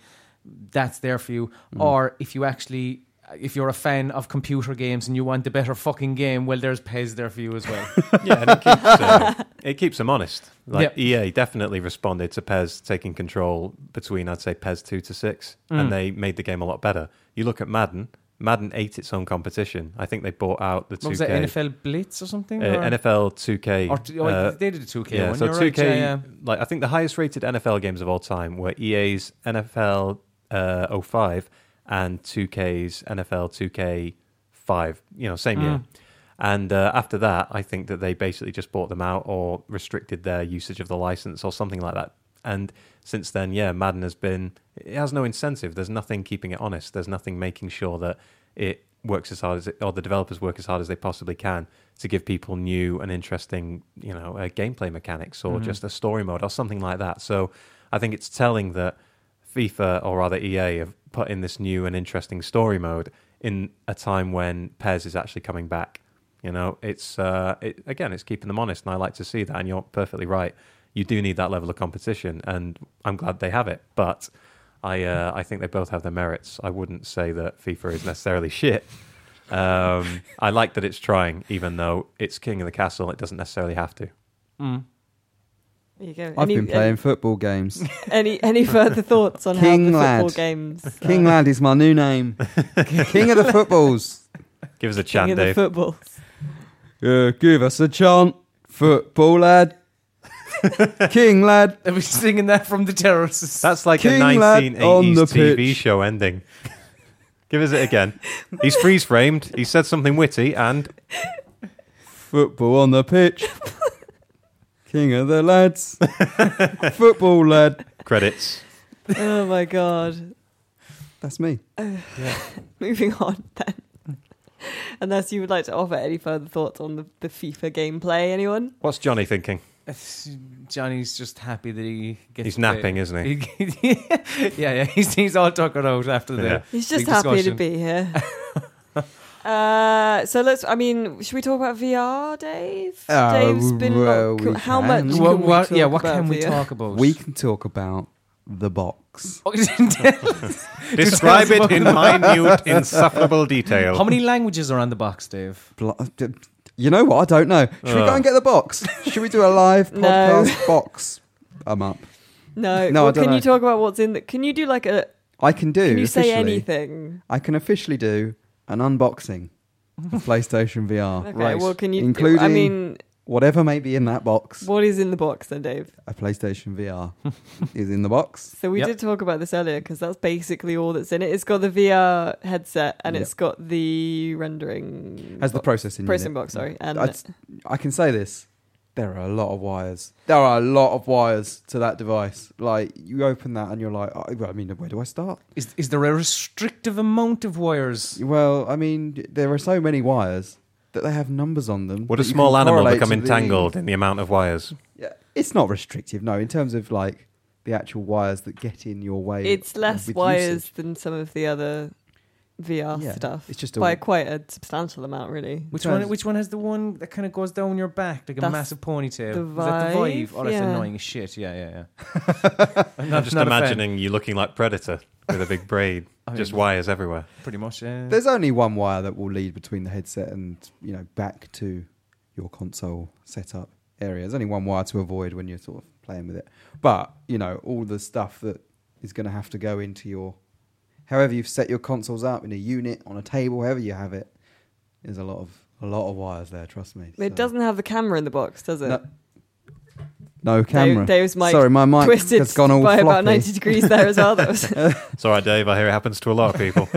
that's there for you
Mm.
or if you actually uh, if you're a fan of computer games and you want the better fucking game well there's Pez there for you as
[LAUGHS]
well
yeah, and it keeps, uh, it keeps them honest. Like
Yep.
EA definitely responded to Pez taking control between, I'd say, Pez 2 to 6,
Mm.
and they made the game a lot better. You look at Madden, Madden ate its own competition. I think they bought out the
what
2K.
was that NFL Blitz or something
uh,
or,
NFL 2K.
or t- oh,
uh,
they did a 2K
yeah,
one
so
you're
2K,
right, yeah, yeah.
like I think the highest rated NFL games of all time were E EA's NFL uh, 05 and 2K's NFL 2K 5, you know, same year.
Mm.
And uh, after that, I think that they basically just bought them out or restricted their usage of the license or something like that. And since then, yeah, Madden has been, it has no incentive. There's nothing keeping it honest. There's nothing making sure that it works as hard as it, or the developers work as hard as they possibly can to give people new and interesting, you know, uh, gameplay mechanics or
Mhm.
just a story mode or something like that. So I think it's telling that FIFA or rather EA have put in this new and interesting story mode in a time when Pez is actually coming back. You know, it's uh, it, again, it's keeping them honest, and I like to see that. And you're perfectly right. You do need that level of competition, and I'm glad they have it. But I uh, I think they both have their merits. I wouldn't say that FIFA is necessarily shit. Um, I like that it's trying, even though it's king of the castle. It doesn't necessarily have to.
Mm.
There you go.
I've
Any-
been playing
[LAUGHS]
football games.
Any any, any further thoughts on
King
how the
lad.
football games? are-
King Lad is my
[LAUGHS]
new name. King of the footballs.
Give us a
King
chant,
of the
Dave.
footballs.
Yeah, give us a chant, football lad. King Lad.
they were singing that from the terraces [LAUGHS]
That's like
King
a
lad
1980s
on the
TV
pitch.
show ending. Give us it again. He's freeze framed. He said something witty, and
Football on the pitch. King of the lads. football lad.
credits.
Oh my god.
That's me.
Moving on then.
[LAUGHS]
Unless you would like to offer any further thoughts on the, the FIFA gameplay, anyone?
What's Johnny thinking?
Johnny's just happy that he gets.
He's
to- [LAUGHS]
napping, isn't he?
yeah, yeah. He's, he's all tuckered out after the.
Yeah.
He's just
Big
happy to
discussion.
be
[LAUGHS]
here. Uh, so let's. I mean, should we talk about VR, Dave?
Uh,
Dave's been
well,
lock-
we
how
can.
much?
What,
can we
what-
talk
yeah, what
about
can we
VR?
talk about?
We can talk about the box.
Describe
Tell us
it in minute, insufferable
[LAUGHS]
detail. [LAUGHS]
How many languages are on the box, Dave?
Bl- You know what? I don't know. Should we go
Ugh.
and get the box? Should we do a live [LAUGHS]
No.
podcast box? I'm up.
No,
No, I
well,
don't
can
know.
you talk about what's in? The, can you do like a?
I can do.
Can you
officially,
say anything?
I can officially do an unboxing [LAUGHS] of PlayStation VR.
Okay,
Right.
well, can you?
Including-
I mean,
Whatever may be in that box,
what is in the box then, Dave?
a PlayStation VR is in the box.
So we
Yep.
did talk about this earlier because that's basically all that's in it. It's got the VR headset and
Yep.
it's got the rendering.
Has the
box-
processing
processing
unit.
box, sorry, and
I, I can say this. There are a lot of wires. There are a lot of wires to that device. Like you open that and you're like, oh, well, I mean, where do I start?
Is, is there a restrictive amount of wires?
Well, I mean, there are so many wires that they have numbers on them.
Would
that
a
you
small
can
animal
correlate
become
to the-
entangled in the amount of wires?
Yeah, it's not restrictive, no. In terms of like the actual wires that get in your way,
it's less
with
wires
usage.
than some of the other VR
Yeah,
stuff.
it's just a-
by quite a substantial amount, really.
Which
Because-
one? Which one has the one that kind of goes down your back like a
That's
massive ponytail?
the
Is that the
Vive,
Vive? Oh, that's
yeah.
annoying as shit. Yeah, yeah, yeah.
I'm just
not a fan.
imagining you looking like Predator with a big braid,
[LAUGHS] I
just
mean,
wires everywhere.
Pretty much. Yeah.
There's only one wire that will lead between the headset and you know back to your console setup area. There's only one wire to avoid when you're sort of playing with it. But you know all the stuff that is going to have to go into your, however you've set your consoles up in a unit on a table, however you have it. There's a lot of a lot of wires there. Trust me.
It
So-
doesn't have the camera in the box, does it?
No, no camera.
Dave's mic
Sorry, my mic
Twisted
has gone all
by
floppy.
about ninety degrees there as
[LAUGHS]
well. That was
It's all right, Dave. I hear it happens to a lot
[LAUGHS]
of people.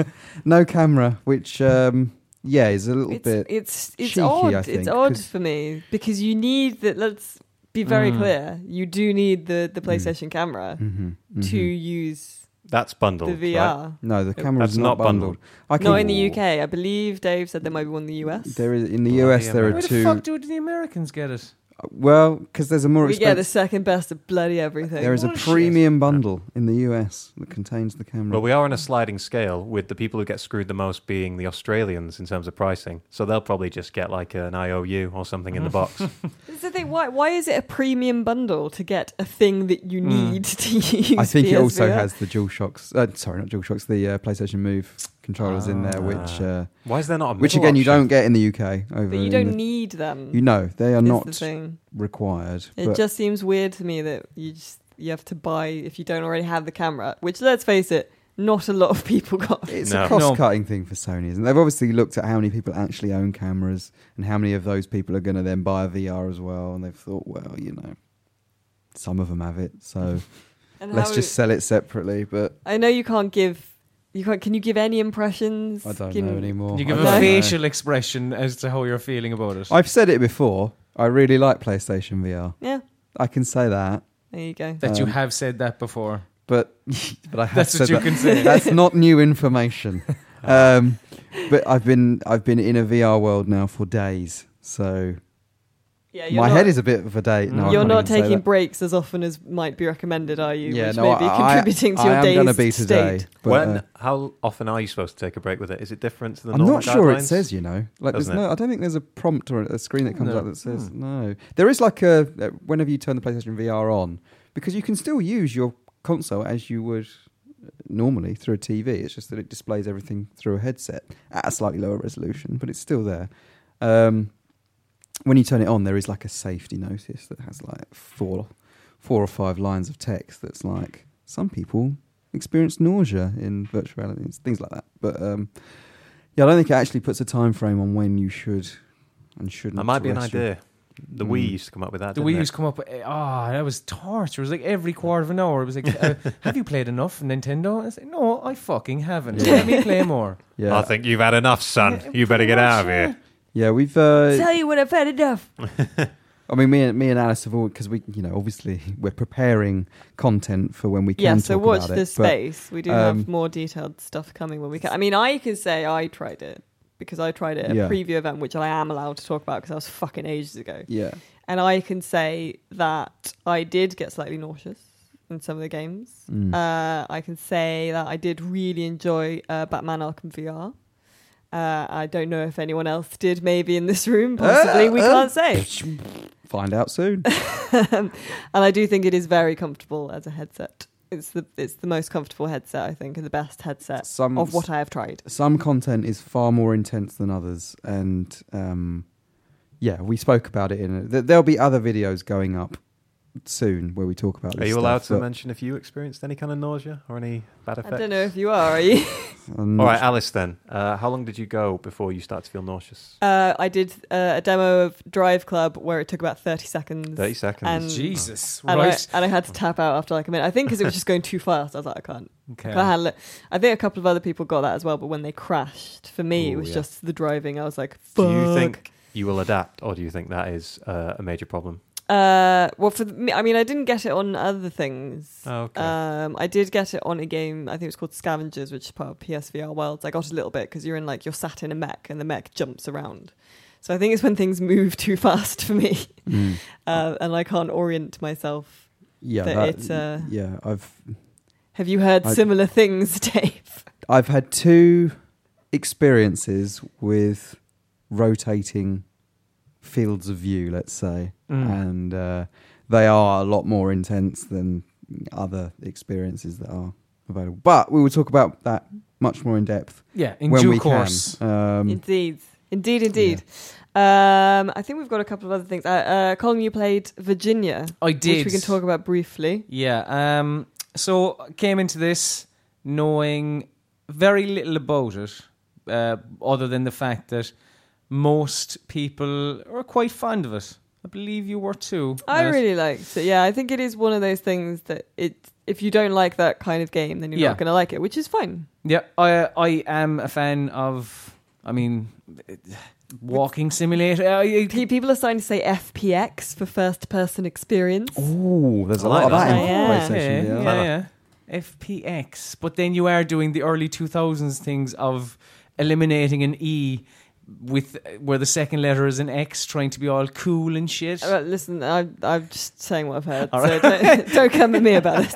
No camera, which um, yeah is a little
it's,
bit.
it's it's
cheeky,
odd.
I
it's
think,
odd
'cause-
for me because you need that. Let's be very
Mm.
clear. You do need the the
Mm.
PlayStation camera
Mhm,
to
mhm.
use
That's
the
bundled. right?
VR.
No, the camera's
That's
not
not
bundled.
bundled.
I
Not in the
Ooh.
UK. I believe Dave said there might be one in the US.
There is in the
Bloody
US. There are
Where the
two. Uh,
fuck do the Americans get it?
well, because there's a more
we get the
expensive.
second best of bloody everything.
There is a
Bullshit.
premium bundle in the US that contains the camera.
Well, we are on a sliding scale, with the people who get screwed the most being the Australians in terms of pricing. So they'll probably just get like an IOU or something in the
[LAUGHS]
box.
This is the thing. Why why is it a premium bundle to get a thing that you
Mm.
need [LAUGHS] to use?
Hmm. I think it
via
also
VR?
has the DualShocks. Uh, sorry, not DualShocks. The uh, PlayStation Move controllers in there, which
Ah.
uh,
Why is there not a
which
middle
again you
option?
don't get in the UK. Over
But you
in
don't
the-
need them.
You know they are
is
not
the thing.
required.
It
but-
just seems weird to me that you just you have to buy if you don't already have the camera. Which let's face it, not a lot of people [LAUGHS] got.
It's a
No.
cost-cutting thing for Sony, isn't it? They've obviously looked at how many people actually own cameras and how many of those people are going to then buy a VR as well, and they've thought, well, you know, some of them have it,
Mm-hmm.
so
And
let's
how-
just sell it separately. But
I know you can't give. You can't. Can you give any impressions?
I don't
Can-
know anymore.
You give
Oh, I
No.
a
don't know.
facial expression as to how you're feeling about it.
I've said it before. I really like PlayStation VR.
Yeah.
I can say that,
There you go.
that you
um,
have said that before.
but [LAUGHS] but I have
That's
said
what you
that.
can say. [LAUGHS]
That's not new information. Um, but I've been I've been in a VR world now for days, so
Yeah,
my head is a bit of a day. No, I
you're
can't
not
even say
taking
that.
breaks as often as might be recommended, are you?
Yeah,
Which
no,
may be
I- I-
contributing to your
I am
day's
going to be today.
state.
but,
when?
uh,
how often are you supposed to take a break with it? Is it different to the
I'm
normal
not sure it
guidelines?
says, you know, like there's
Doesn't it?
no. I don't think there's a prompt or a screen that comes
No.
up that says no. There is like a uh, whenever you turn the PlayStation VR on because you can still use your console as you would uh, normally through a TV. It's just that it displays everything through a headset at a slightly lower resolution, but it's still there. Um, when you turn it on, there is like a safety notice that has like four, four or five lines of text that's like some people experience nausea in virtual reality, and things like that. But um, yeah, I don't think it actually puts a time frame on when you should and shouldn't.
That might be an
rest your-
idea. The
Mm.
Wii used to come up with that.
The
didn't
Wii
it?
used to come up. Ah, that was torture. It was like every quarter of an hour. It was like, uh, [LAUGHS] have you played enough Nintendo? I said, no, I fucking haven't.
Yeah.
Let me play
[LAUGHS]
more.
Yeah,
I think you've had enough, son.
Yeah,
you better
pretty
get out of
much,
here.
yeah, we've uh,
Tell you when I've had enough.
I mean, me and me and Alice have all because we, you know, obviously [LAUGHS] we're preparing content for when we can.
yeah, so
talk
watch
about
this
it, but-
space. We do
um,
have more detailed stuff coming when we can. I mean, I can say I tried it because I tried it at
Yeah.
a preview event, which I am allowed to talk about because that was fucking ages ago.
Yeah,
And I can say that I did get slightly nauseous in some of the games.
Mm.
Uh, I can say that I did really enjoy uh, Batman Arkham VR. Uh, I don't know if anyone else did, maybe in this room, possibly. we
Uh, uh.
can't say.
find out soon.
Uh, and I do think it is very comfortable as a headset. It's the it's the most comfortable headset I think, and the best headset
Some
of what I have tried.
some content is far more intense than others, and um, yeah, we spoke about it in. Th- there'll be other videos going up soon where we talk about. This
Are you allowed
stuff,
to
but
mention if you experienced any kind of nausea or any bad effects?
I don't know if you are. Are you?
I'm
All
not
right, Alice. Then, uh, how long did you go before you started to feel nauseous?
[LAUGHS] Uh, I did uh, a demo of Drive Club where it took about thirty seconds.
Thirty seconds.
And-
Jesus,
And,
right?
I, and I had to tap out after like a minute. I think because it was just going too fast. I was like, I can't,
Okay.
can't handle it. I think a couple of other people got that as well, but when they crashed, for me, it
Ooh,
was
yeah.
just the driving. I was like,
do
fuck.
you think you will adapt, or do you think that is uh, a major problem?
Uh, well, for me, I mean, I didn't get it on other things.
Okay.
Um, I did get it on a game. I think it was called Scavengers, which is part of PSVR Worlds. I got a little bit because you're in like you're sat in a mech and the mech jumps around. So I think it's when things move too fast for me, [LAUGHS]
Mm.
uh, and I can't orient myself.
Yeah,
that
that-
it, uh,
yeah. I've
Have you heard
I-
similar things, [LAUGHS] Dave?
I've had two experiences with rotating fields of view, let's say,
Hmm.
Mm.
and uh, they are a lot more intense than other experiences that are available. But we will talk about that much more in depth
yeah, in
when
due
we
course.
can. Um,
Indeed, indeed, indeed. Um, I think we've got a couple of other things. Uh, uh, Colin, you played Virginia,
I did.
which we can talk about briefly.
Yeah. Um, so I came into this knowing very little about it, uh, other than the fact that most people are quite fond of it. I believe you were too.
I
Alice.
really liked it. Yeah, I think it is one of those things that it. If you don't like that kind of game, then you're
Yeah.
not going to like it, which is fine.
Yeah, I I am a fan of. I mean, walking simulator. I- I-
[LAUGHS] Pe- people are starting to say FPX for first person experience.
Ooh, there's a
I
lot
like
of that
that.
in
Oh, Yeah.
PlayStation.
yeah,
Yeah.
yeah, yeah. FPX. But then you are doing the early 2000s things of eliminating an E with where the second letter is an X, trying to be all cool and shit.
Uh, listen, I, I'm just saying what I've heard,
All
so don't, [LAUGHS] don't come at me about this.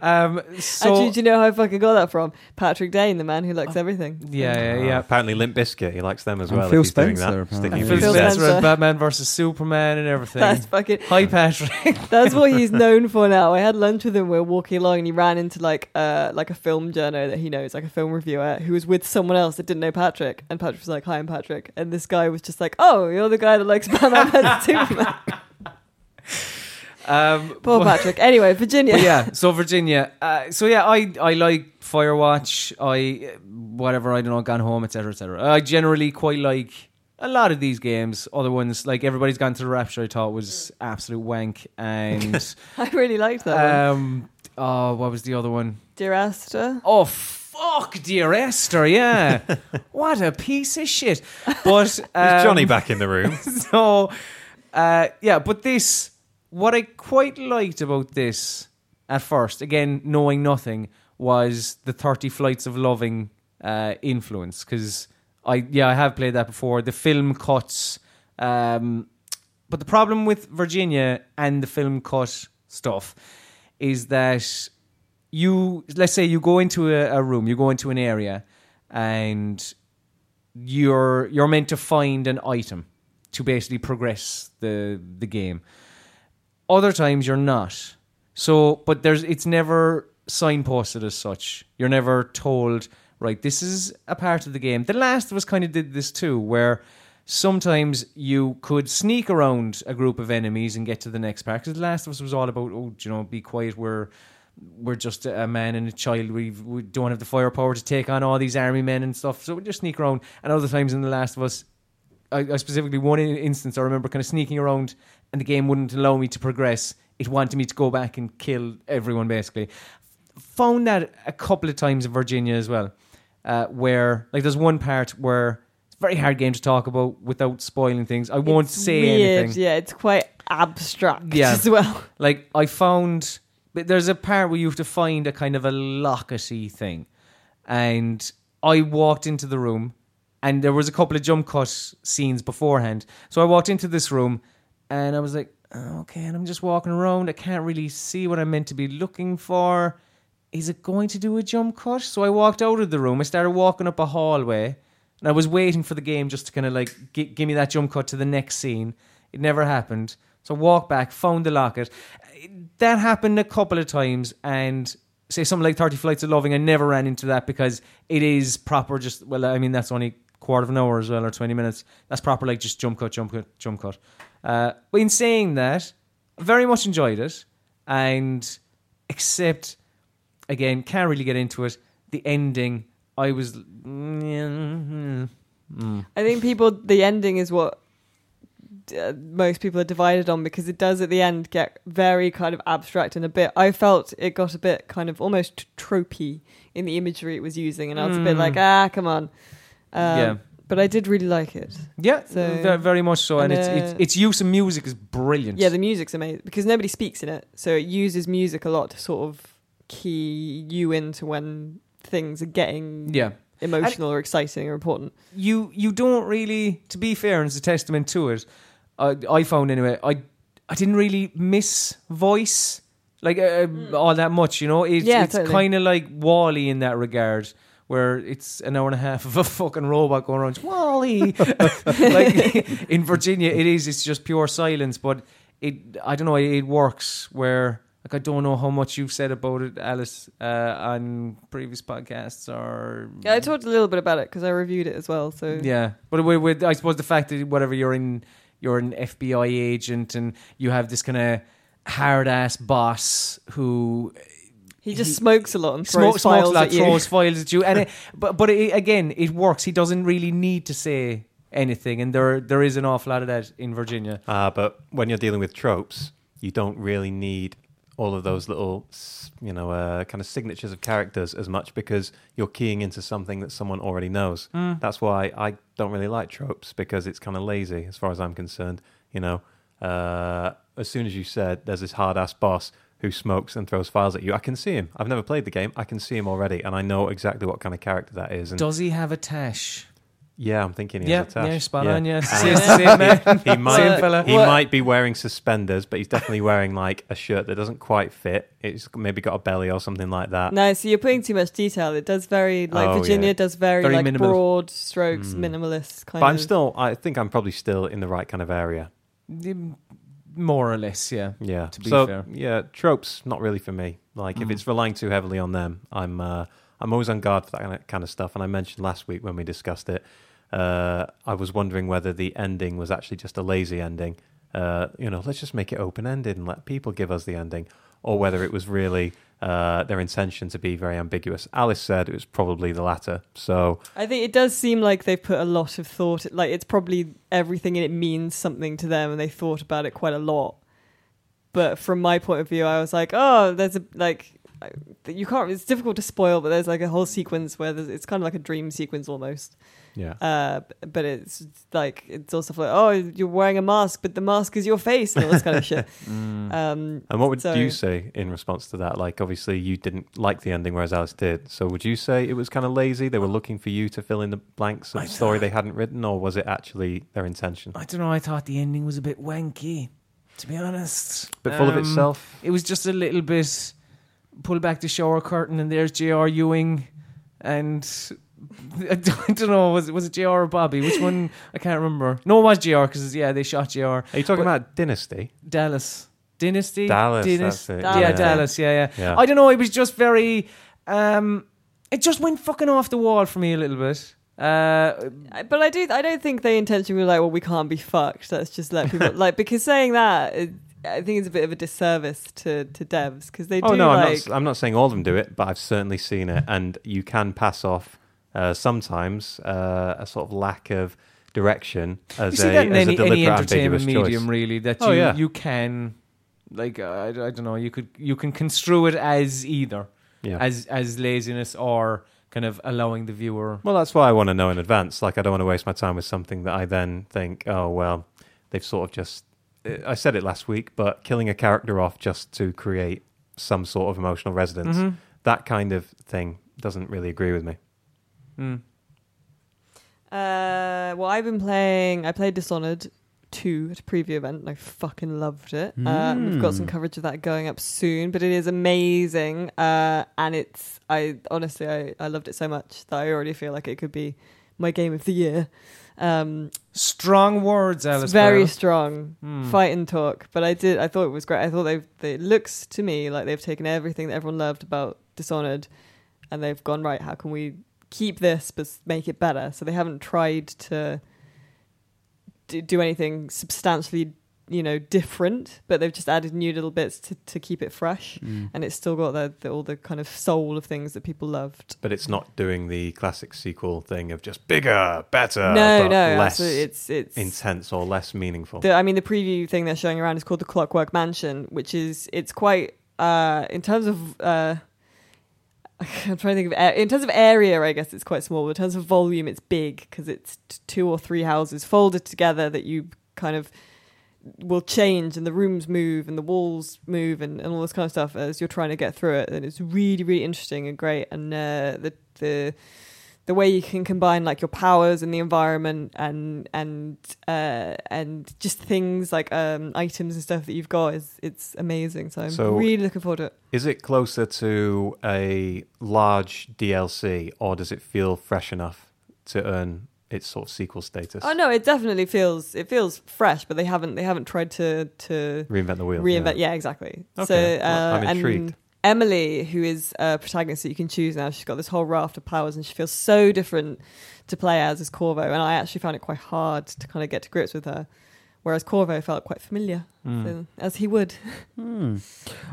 Um,
Actually,
[LAUGHS] so Uh,
do you know how I fucking got that from? Patrick Dane, the man who likes everything.
yeah, yeah,
Uh,
yeah.
apparently, Limp Bizkit. He likes them as
And
well.
Phil
if he's doing
Spencer,
that,
apparently.
sticking
Phil
Phil
with
Spencer,
Spencer.
and Batman versus Superman and everything.
[LAUGHS] That's fucking.
Hi, Patrick.
That's what
[LAUGHS]
he's known for now. I had lunch with him. We were walking along, and he ran into like uh like a film journo that he knows, like a film reviewer, who was with someone else that didn't know Patrick. And Patrick was like, "Hi, I'm Patrick." And this guy was just like, "Oh, you're the guy that likes
[LAUGHS]
Batman vs Superman."
Um,
[LAUGHS] Poor
but-
Patrick. Anyway, Virginia.
But yeah, so Virginia. Uh, so yeah, I I like Firewatch. I whatever I don't know, Gone Home, etc. etc. I generally quite like a lot of these games. Other ones like Everybody's Gone to the Rapture, I thought was absolute wank. And
[LAUGHS] I really liked that one.
um, oh, what was the other one?
Dear Asta.
Oh fuck, dear Esther, yeah, what a piece of shit. But
Is
um,
Johnny back in the
[LAUGHS]
room?
so uh, yeah, but this what I quite liked about this at first, again knowing nothing, was the Thirty Flights of Loving uh, influence because I yeah I have played that before. The film cuts, um, but the problem with Virginia and the film cut stuff is that you let's say you go into a, a room, you go into an area, and you're you're meant to find an item to basically progress the the game. Other times you're not. So, but there's it's never signposted as such. You're never told right. This is a part of the game. The Last of Us kind of did this too, where sometimes you could sneak around a group of enemies and get to the next part. Because The Last of Us was all about oh, do you know, be quiet. We're we're just a man and a child. We, we don't have the firepower to take on all these army men and stuff. So we just sneak around. And other times in The Last of Us, I, I specifically one in- instance I remember kind of sneaking around, and the game wouldn't allow me to progress. It wanted me to go back and kill everyone. Basically, found that a couple of times in Virginia as well, uh, where like there's one part where it's a very hard game to talk about without spoiling things. I won't
It's
say
weird.
anything.
Yeah, it's quite abstract
Yeah.
as well.
Like I found, but there's a part where you have to find a kind of a lockety thing, and I walked into the room, and there was a couple of jump cut scenes beforehand. So I walked into this room, and I was like, "Oh, okay, and I'm just walking around. I can't really see what I'm meant to be looking for. Is it going to do a jump cut? So I walked out of the room. I started walking up a hallway, and I was waiting for the game just to kind of like gi- give me that jump cut to the next scene. It never happened. So I walked back, found the locket. That happened a couple of times, and say something like 30 Flights of Loving, I never ran into that because it is proper, just, well, I mean, that's only quarter of an hour as well, or 20 minutes. That's proper, like, just jump cut, jump cut, jump cut. Uh, but in saying that, I very much enjoyed it, and except, again, can't really get into it. The ending, I was. Mm, mm.
I think people, the ending is what uh, most people are divided on because it does at the end get very kind of abstract and a bit. I felt it got a bit kind of almost tropey in the imagery it was using, and I was a bit
Mm.
like, ah, come on. Um,
Yeah.
But I did really like it.
Yeah,
So-
ve- very much so, and,
And,
it's,
uh,
it's its use of music is brilliant.
Yeah, the music's amazing because nobody speaks in it, so it uses music a lot to sort of key you into when things are getting
yeah.
emotional or exciting or important.
You you don't really, to be fair, and it's a testament to it. I I found anyway. I I didn't really miss voice like uh, all that much. You know, it's
Hmm. Yeah,
it's
totally.
kind of like Wally in that regard. Where it's an hour and a half of a fucking robot going around, Wally. [LAUGHS] like [LAUGHS] in Virginia, it is. It's just pure silence, but it I don't know it works where like I don't know how much you've said about it Alice uh, on previous podcasts or
Yeah, I talked a little bit about it because I reviewed it as well. So
yeah but with, with I suppose the fact that whatever you're in you're an FBI agent and you have this kind of hard ass boss who
he just
He-
smokes a lot and
smokes
throws
smokes
files
a lot,
at you.
throws files at you and it, but but it, again it works he doesn't really need to say anything and there there is an awful lot of that in Virginia
Uh, but when you're dealing with tropes, you don't really need all of those little, s- you know, uh, kind of signatures of characters as much because you're keying into something that someone already knows. That's why I don't really like tropes because it's kind of lazy as far as I'm concerned. You know, uh, as soon as you said there's this hard ass boss who smokes and throws files at you, I can see him. I've never played the game. I can see him already, and I know exactly what kind of character that is. And
does he have a tash
yeah, I'm thinking he
Yeah,
has a tash.
yeah, spot on. Yeah,
And-
Same- same man.
[LAUGHS] he might
Same fella.
he
What?
might be wearing suspenders, but he's definitely wearing like a shirt that doesn't quite fit. It's maybe got a belly or something like
[LAUGHS]
that.
No, so you're putting too much detail. It does very like
Oh,
Virginia
yeah.
does very,
Very
like
minimal.
broad strokes,
Mm.
minimalist kind
but I'm
of.
still, I think I'm probably still in the right kind of area.
Mm, more or less yeah
Yeah.
To be
so
fair. Mm.
yeah, tropes not really for me. Like if it's relying too heavily on them, I'm uh, I'm always on guard for that kind of, kind of stuff. And I mentioned last week when we discussed it, uh, I was wondering whether the ending was actually just a lazy ending. Uh, you know, let's just make it open ended and let people give us the ending, or whether it was really uh, their intention to be very ambiguous. Alice said it was probably the latter. So
I think it does seem like they've put a lot of thought. Like it's probably everything in it means something to them, and they thought about it quite a lot. But from my point of view, I was like, oh, there's a like. I- You can't. It's difficult to spoil, but there's like a whole sequence where there's, it's kind of like a dream sequence almost.
yeah,
Uh, b- but it's like it's also like oh you're wearing a mask, but the mask is your face and all this kind of
[LAUGHS]
shit. Um,
And what would
So-
you say in response to that? Like, obviously, you didn't like the ending, whereas Alice did. So, would you say it was kind of lazy? They were looking for you to fill in the blanks of
I
the story they hadn't written, or was it actually their intention?
I don't know. I thought the ending was a bit wanky, to be honest.
But full of
Um,
itself.
It was just a little bit pull back the shower curtain, and there's J.R. Ewing, and [LAUGHS] I don't, I don't know. Was it was it J.R. or Bobby? Which one? I can't remember. No, it was J.R. Because yeah, they shot J.R.
Are you talking
but-
about Dynasty?
Dallas Dynasty.
Dallas,
Dynas-
that's it.
Dallas.
Yeah,
Yeah.
Dallas. Yeah, yeah.
Yeah.
I don't know. It was just very. Um, it just went fucking off the wall for me a little bit. Uh,
I- but I do. I don't think they intentionally were like, well, we can't be fucked. Let's just let
[LAUGHS]
people like because saying that, it, I think it's a bit of a disservice to to devs because they
Oh
do
no, I'm
like
not. I'm not saying all of them do it, but I've certainly seen it, and you can pass off uh, sometimes uh, a sort of lack of direction as
you see
a
that in
as a
any,
deliberate
any entertainment
ambiguous choice.
medium, really. That you
Oh, yeah.
you can, like, uh, I, I don't know, you could you can construe it as either
Yeah.
as as laziness or kind of allowing the viewer.
Well, that's why I want to know in advance. Like, I don't want to waste my time with something that I then think, oh, well, they've sort of just I said it last week, but killing a character off just to create some sort of emotional resonance,
Mm-hmm.
Mhm.
that kind of thing doesn't really agree with me.
Mm.
Uh, well, I've been playing. I played Dishonored two at a preview event, and I fucking loved it. Uh, we've got some
Mm.
coverage of that going up soon, but it is amazing. Uh, and it's I honestly I, I loved it so much that I already feel like it could be my game of the year. Um,
Strong words, Alice.
it's very
Bell.
strong
Mm.
fight and talk, but I did. I thought it was great. I thought they've. They, it looks to me like they've taken everything that everyone loved about Dishonored, and they've gone right. How can we keep this but s- make it better? So they haven't tried to do, do anything substantially, you know, different. But they've just added new little bits to, to keep it fresh,
Mm.
and it's still got the, the all the kind of soul of things that people loved.
But it's not doing the classic sequel thing of just bigger, better,
no,
but
no,
less
absolutely. It's it's
intense or less meaningful.
The, I mean, the preview thing they're showing around is called the Clockwork Mansion, which is it's quite uh, in terms of. Uh, [LAUGHS] I'm trying to think of a- in terms of area. I guess it's quite small, but in terms of volume, it's big because it's t- two or three houses folded together that you kind of will change, and the rooms move, and the walls move, and, and all this kind of stuff as you're trying to get through it. And it's really, really interesting and great. And uh, the the the way you can combine like your powers and the environment and and uh, and just things like um, items and stuff that you've got is it's amazing. So I'm
So-
really looking forward to it.
Is it closer to a large DLC or does it feel fresh enough to earn its sort of sequel status?
Oh no, it definitely feels it feels fresh, but they haven't they haven't tried to to
Reinvent the wheel.
reinvent. Yeah, exactly.
Okay,
So
well,
uh,
I'm
and
intrigued.
Emily, who is a protagonist that you can choose now, she's got this whole raft of powers, and she feels so different to play as as Corvo. And I actually found it quite hard to kind of get to grips with her, whereas Corvo felt quite familiar,
Hmm.
so- as he would. Hmm.
Mm.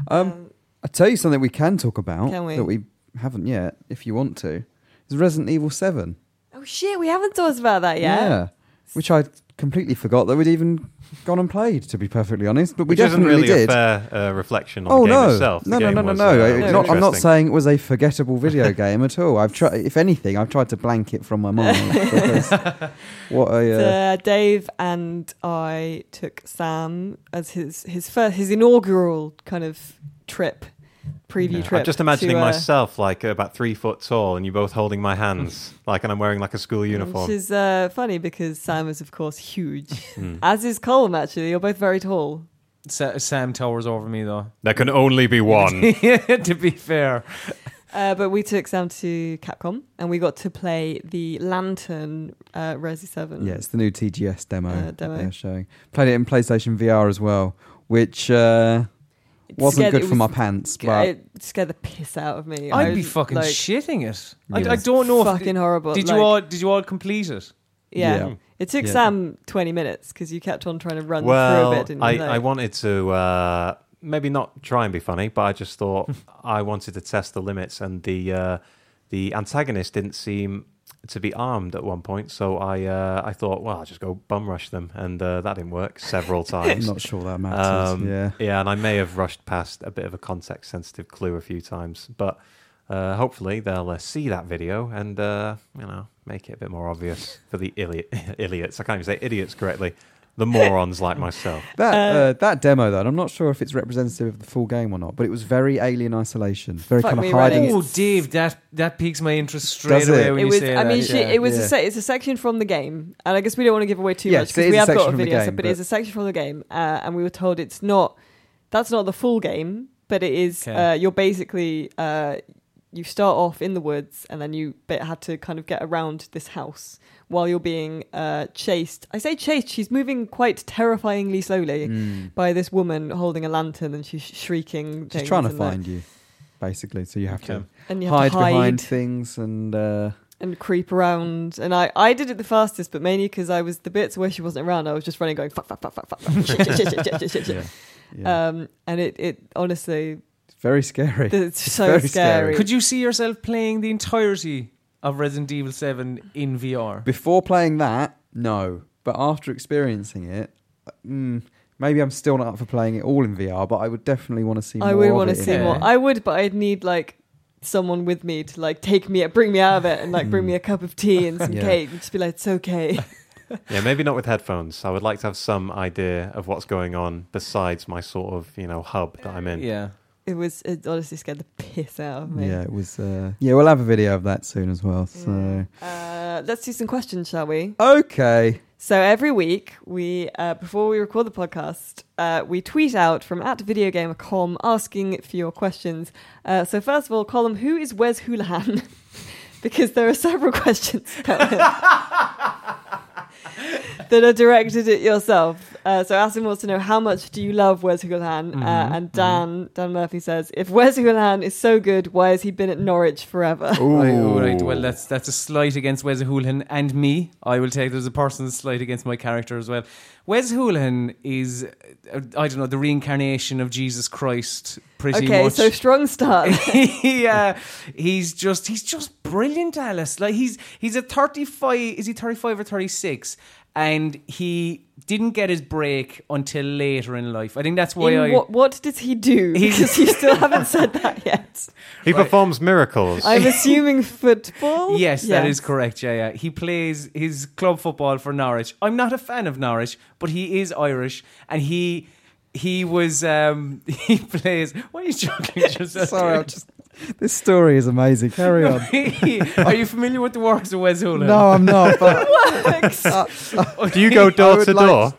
Um, I tell you something we can talk about
Can we?
that we haven't yet, if you want to. Is Resident Evil Seven?
Oh shit, we haven't talked about that yet.
which I completely forgot that we'd even gone and played. To be perfectly honest, but we
Which isn't
definitely
really
did.
a fair uh, reflection on
oh
the game
no.
itself. The
no, no,
game
no, no,
was,
no,
uh,
It-
was
not- I'm not
interesting.
saying it was a forgettable
[LAUGHS]
video game at all. I've tried, if anything, I've tried to blank it from my
[LAUGHS]
mind. because what a uh,
Uh, Dave and I took Sam as his his first his inaugural kind of trip preview
Yeah.
trip.
I'm just imagining
to, uh,
myself like about three foot tall, and you both holding my hands, like, and I'm wearing like a school uniform.
Which is uh, funny because Sam is of course
[LAUGHS]
huge,
Hmm.
as is Colm. Actually, you're both very tall.
Sa- Sam towers over me though. [LAUGHS]
There can only be
[LAUGHS]
one.
to be fair,
Uh, but we took Sam to Capcom and we got to play the Lantern uh, Resi Seven.
Yeah, it's the new TGS demo,
Uh,
that
demo.
they're showing. Played it in PlayStation VR as well, which uh,
It
wasn't
scared-
good
it
for my
was-
pants.
[LAUGHS]
But
It scared the piss out of me. I
I'd be
was,
fucking
like,
shitting it.
Yeah.
I, I don't know.
Fucking
if,
horrible.
did
Like,
you all? Did you all complete it?
Yeah.
Yeah.
It took
Yeah.
Sam 20 minutes because you kept on trying to run
well,
through a bit, didn't you?
I,
Like,
I wanted to uh, maybe not try and be funny, but I
[LAUGHS]
just thought I wanted to test the limits, and the uh, the antagonist didn't seem to be armed at one point, so I uh, I thought, well, I'll just go bum rush them, and uh, that didn't work
[LAUGHS]
several
I'm
times.
not sure that matters.
Um,
yeah.
Yeah, and I may have rushed past a bit of a context sensitive clue a few times, but uh, hopefully they'll uh, see that video and, uh, you know, make it a bit more obvious for the ili- [LAUGHS] idiots. I can't even say idiots correctly. The morons like myself.
That
Uh,
uh, that demo though, and I'm not sure if it's representative of the full game or not, but it was very Alien Isolation, very
Fuck
kind of
me
hiding.
right.
It.
Oh,
it's-
Dave, that that piques my interest straight
Does
away
it?
when
it
you
was,
say
I mean,
that.
she,
yeah.
it was
Yeah.
a se- it's a section from the game, and I guess we don't want to give away too
Yes,
much
it
because
is
we
a
have got
section
a
from the
video, so-
game,
but it is
but-
a section from the game, uh, and we were told it's not. That's not the full game, but it is.
Okay.
Uh, you're basically uh, you start off in the woods, and then you ba- had to kind of get around this house while you're being uh, chased. I say chased; she's moving quite terrifyingly slowly
Mm.
by this woman holding a lantern, and she's shrieking.
She's
things
trying to
and, like,
find you, basically. So you have
Okay.
and
to
you
hide,
have to hide
behind things and uh,
and creep around. And I, I did it the fastest, but mainly because I was the bits where she wasn't around. I was just running, going fuck, fuck, fuck, fuck, fuck, fuck, shit, shit, shit, shit, shit, shit, shit,
yeah,
shit.
yeah.
Um, and it, it honestly,
it's very scary.
th- it's so
very
scary.
scary.
Could you see yourself playing the entirety of Resident Evil Seven in VR?
Before playing that, no, but after experiencing it, mm, maybe I'm still not up for playing it all in VR. But I would definitely want to see.
I
more
would
of
want to
it in
see
there.
more. I would, but I'd need like someone with me to like take me, bring me out of it, and like bring me a cup of tea and some
Hmm. Yeah.
cake, and just be like, it's okay. [LAUGHS]
yeah, maybe not with headphones. I would like to have some idea of what's going on besides my sort of you know hub that I'm in.
Yeah.
It was it honestly scared the piss out of me.
Yeah, it was. Uh, yeah, we'll have a video of that soon as well. So
Uh, let's do some questions, shall we?
okay,
So every week, we uh, before we record the podcast, uh, we tweet out from at videogamer.com asking for your questions. Uh, so first of all, column who is Wes Houlihan? [LAUGHS] because there are several [LAUGHS] questions about him [LAUGHS] that are directed at yourself. Uh, so Asim wants to know how much do you love Wes Houlihan? Uh, and Dan Dan Murphy says if Wes Houlihan is so good, why has he been at Norwich forever?
Right, all right. Well, that's that's a slight against Wes Houlihan and me. I will take there's a personal slight against my character as well. Wes Houlihan is, uh, I don't know, the reincarnation of Jesus Christ, pretty
okay,
much. [LAUGHS]
so strong start.
he, uh, he's just he's just brilliant, Alice. Like he's he's a thirty five. Is he thirty five or thirty six? And he didn't get his break until later in life. I think that's why
In
I.
what, what did he do?
He's-
Because
[LAUGHS]
you still haven't said that yet.
He performs miracles.
[LAUGHS]
I'm assuming
Oh,
football.
Yes, that
[LAUGHS]
is correct. Yeah, yeah. He plays his club football for Norwich. I'm not a fan of Norwich, but he is Irish, and he he was um [LAUGHS] he plays. Why are you
[LAUGHS]
joking? Yourself
sorry. I'm just, this story is amazing.
[LAUGHS]
Carry on.
are you familiar with the works of Wes Houlihan? [LAUGHS]
[LAUGHS] No, I'm not. But
Do you go door
would
to
like-
door?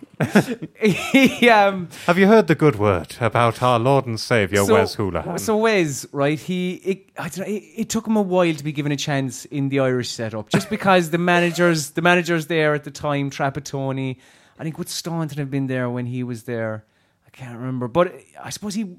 he um.
Have you heard the good word about our Lord and Savior Wes Houlihan?
So Wes, right? He, it, I don't know, it, it took him a while to be given a chance in the Irish setup, just because the managers, the managers there at the time, Trapattoni, I think would Staunton have been there when he was there. I can't remember, but I suppose he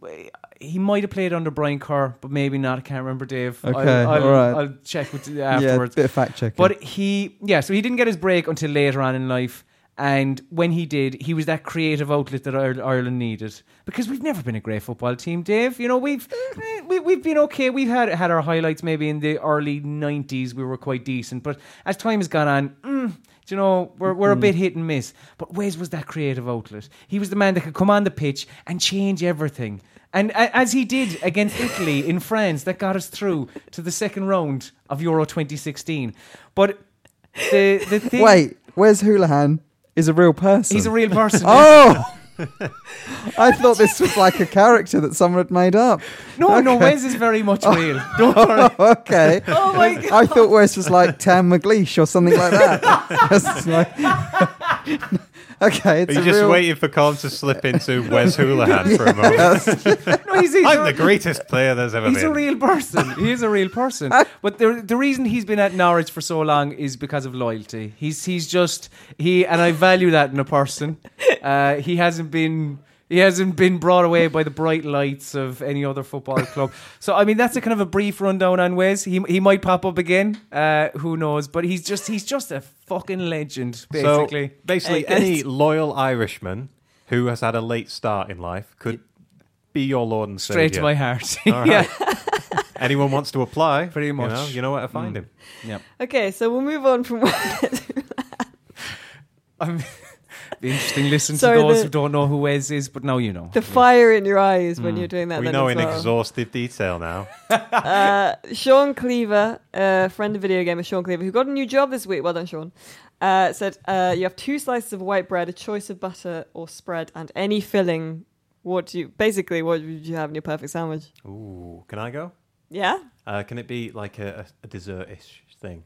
he might have played under Brian Kerr, but maybe not. I can't remember, Dave.
Okay,
I'll, I'll,
all right.
I'll check with you
yeah,
afterwards.
bit of fact checking.
But he, yeah, so he didn't get his break until later on in life. And when he did, he was that creative outlet that Ire- Ireland needed because we've never been a great football team, Dave. You know, we've eh, we, we've been okay. We've had had our highlights maybe in the early '90s. We were quite decent, but as time has gone on, mm, do you know, we're we're a bit hit and miss. But Wes was that creative outlet. He was the man that could come on the pitch and change everything. And a- as he did against Italy in France, that got us through to the second round of Euro 2016. But the the thing,
wait, where's Houlihan? Is a real person.
he's a real person. [LAUGHS]
[LAUGHS] Oh. I thought this was like a character that someone had made up.
no, no, Wes is very much real. Don't [LAUGHS] worry. [LAUGHS]
Okay.
Oh my god!
I thought Wes was like Tam McLeish or something
[LAUGHS]
like that. It's like- [LAUGHS] okay,
Are
it's
you
a
just
real...
waiting for Colin to slip
[LAUGHS]
into Wes Houlihan for a moment?
No, he's, he's
I'm
a-
the greatest player there's ever
He's
been.
a real
[LAUGHS]
person. He is a real person.
Uh,
But the the reason he's been at Norwich for so long is because of loyalty. He's he's just he, and I value that in a
[LAUGHS]
person. Uh, he hasn't been. He hasn't been brought away by the bright lights of any other football club. So I mean, that's a kind of a brief rundown on Wes. He he might pop up again. Uh, who knows? But he's just he's just a fucking legend, basically.
So basically,
Hey,
any loyal Irishman who has had a late start in life could be your Lord and Savior.
Straight to my heart. [LAUGHS]
All
yeah.
Anyone wants to apply,
[LAUGHS] Pretty
you
much. Mm.
know, you know where to find him.
Okay, so we'll move on from. [LAUGHS]
I'm, be interesting. Listen
Sorry,
to those
the-
who don't know who Wes is, but now you know.
The fire in your eyes
Mm.
when you're doing that.
we
then
know
as
in
well.
exhaustive detail now.
uh, Sean Cleaver, uh, friend of video gamer Sean Cleaver, who got a new job this week. Well done, Sean. Uh, said uh, you have two slices of white bread, a choice of butter or spread, and any filling. What do you basically? What would you have in your perfect sandwich?
Ooh, can I go?
Yeah,
Uh, can it be like a, a dessert-ish thing?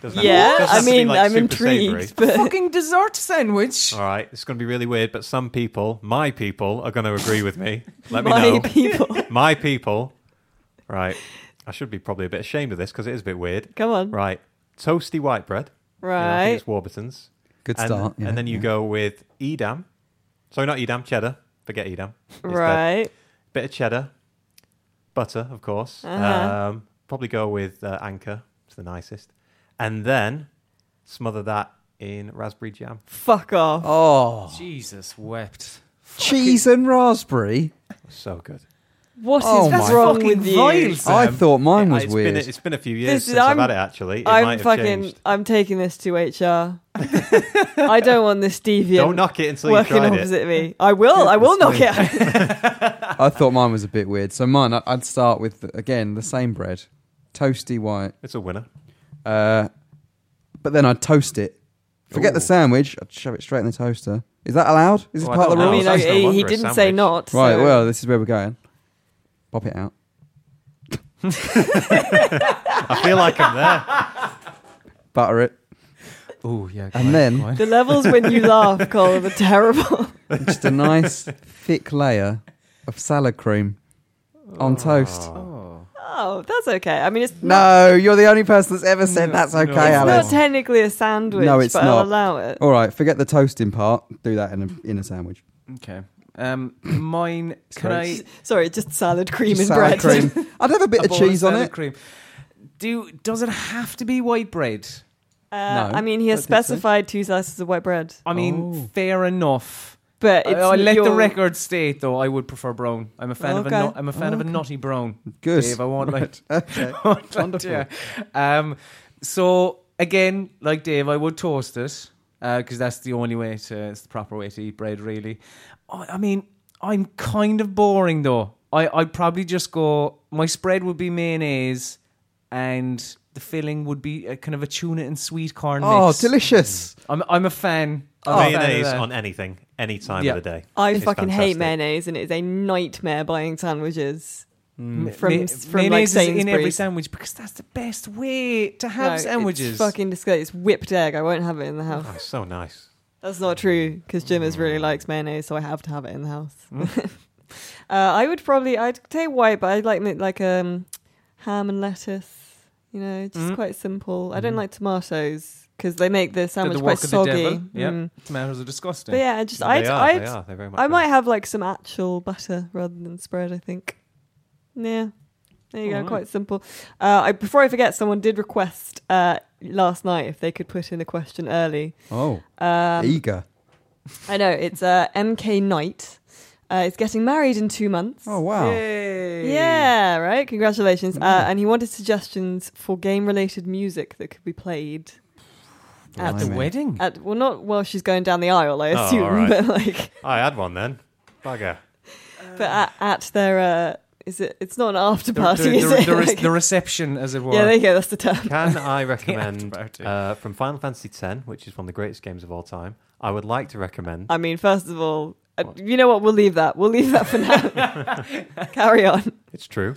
Doesn't have-
yeah.
doesn't
I
have to be,
mean,
like,
I'm
super
intrigued,
savoury.
but
fucking dessert sandwich.
All right, it's going to be really weird, but some people, my people, are going to agree with
[LAUGHS]
me. Let me
my
know.
people,
my people. Right, I should be probably a bit ashamed of this because it is a bit weird.
come on, right?
Right, toasty white bread. You know, I think it's Warburton's.
Good
and,
start. yeah,
and then you
yeah.
go with Edam. Sorry, not Edam, cheddar. Forget Edam. It's dead.
Right.
Bit of cheddar. Butter, of course.
Uh-huh.
Um, probably go with uh, Anchor. It's the nicest. And then smother that in raspberry jam.
Fuck off.
Oh,
Jesus wept.
[LAUGHS] cheese
[LAUGHS]
and raspberry.
So good.
What is
Oh my-
wrong
That's
with
fucking
you?
vile, Sam.
I thought mine
Uh,
was
it's
weird.
Been, it's been a few years
This is-
since i
I'm-
have had it, actually. It might
I'm
have
fucking.
changed.
I'm taking this to
[LAUGHS]
HR. I don't want this deviant
Don't knock it until you
working
tried it.
opposite me. I will. I will knock
Goodness
it. out.
I thought mine was a bit weird. So mine, I- I'd start with again the same bread, toasty white,
It's a winner.
uh, but then I'd toast it Forget the
Ooh.
sandwich. I'd shove it straight in the toaster. Is that allowed? Is this
Well, I
part
don't
of the
I
know.
rules?
mean,
I
I,
still
he,
wonder
he
a
didn't say
sandwich.
not.
Right,
so-
well, this is where we're going. Pop it out.
I feel like I'm
[LAUGHS]
there.
Butter it.
Oh yeah,
And then-
the levels when you
[LAUGHS]
laugh, Colin, are terrible.
Just a nice thick layer of salad cream on toast.
Oh.
Oh, that's okay. I mean, it's not,
No, you're the only person that's ever said that's okay,
it's
Alice.
not technically a sandwich,
No, it's
but
not.
I'll allow it.
All right, forget the toasting part. Do that in a in a sandwich.
[LAUGHS] Okay. Um, mine. Can
Sorry.
I?
Sorry, just salad cream
Just
and bread.
salad cream. I'd have a bit
[LAUGHS] a
of
bowl of
cheese on
salad
it.
Cream. Do does it have to be white bread?
[LAUGHS] Uh,
No,
I mean, he
I
has
don't think so.
specified two slices of white bread,
I mean,
Oh.
fair enough.
but
I,
it's
I let the
your-
record state though. I would prefer brown. I'm a fan of a
Okay.
nut- I'm a fan of a nutty brown.
Good.
Dave, I want [LAUGHS] like
Okay. Wonderful.
Yeah. Um, so again, like Dave, I would toast it because that's the only way to. It's the proper way to eat bread, really. I, I mean, I'm kind of boring though. I I'd probably just go. My spread would be mayonnaise, and the filling would be a, kind of a tuna and sweet corn
Oh,
mix.
delicious.
I'm I'm a fan.
Oh,
I'm a fan of
Mayonnaise
that.
on anything, any time
Yeah.
of the day.
I
It's
fucking hate
fantastic.
mayonnaise, and it is a nightmare buying sandwiches.
Ma-
Mm, from-
ma-
from, like,
mayonnaise is in every
Sainsbury's.
sandwich because that's the best way to have
No,
sandwiches.
It's fucking disgusting. It's whipped egg. I won't have it in the house.
[LAUGHS] Oh, it's so nice.
That's not true because Jimmers really likes mayonnaise, so I have to have it in the house. [LAUGHS] uh, I would probably I'd take white, but I'd like make like um, ham and lettuce. You know, just
Mm.
quite simple. I don't
Mhm.
like tomatoes because they make the sandwich quite
work of the
soggy.
devil, yeah.
Mm.
Tomatoes are disgusting.
But yeah, I just
They
I'd,
are,
I'd
they are. They're very much
I
are.
might have like some actual butter rather than spread. I think. Yeah, there you go.
Alright.
Quite simple. Uh, I, before I forget, someone did request uh, last night if they could put in a question early.
Oh,
Um,
eager.
I know it's uh, MK Knight. Uh, is getting married in two months.
Oh wow.
Yay.
Yeah, right. Congratulations. Uh, and he wanted suggestions for game-related music that could be played
At the
Blimey.
wedding.
at well, not while she's going down the aisle, I
Oh,
assume,
alright.
but like,
I had one then. Bugger.
but at, at their uh, is it? It's not an after
The-
party,
the,
is
the-
it?
the re-
Like- [LAUGHS]
the reception, as it were.
yeah, there you go. That's the term. [LAUGHS]
Can I
after
recommend
party.
uh, from Final Fantasy X, which is one of the greatest games of all time? I would like to recommend.
I mean, first of all, uh, you know what? We'll leave that. We'll leave that for now.
[LAUGHS]
Carry on.
It's true.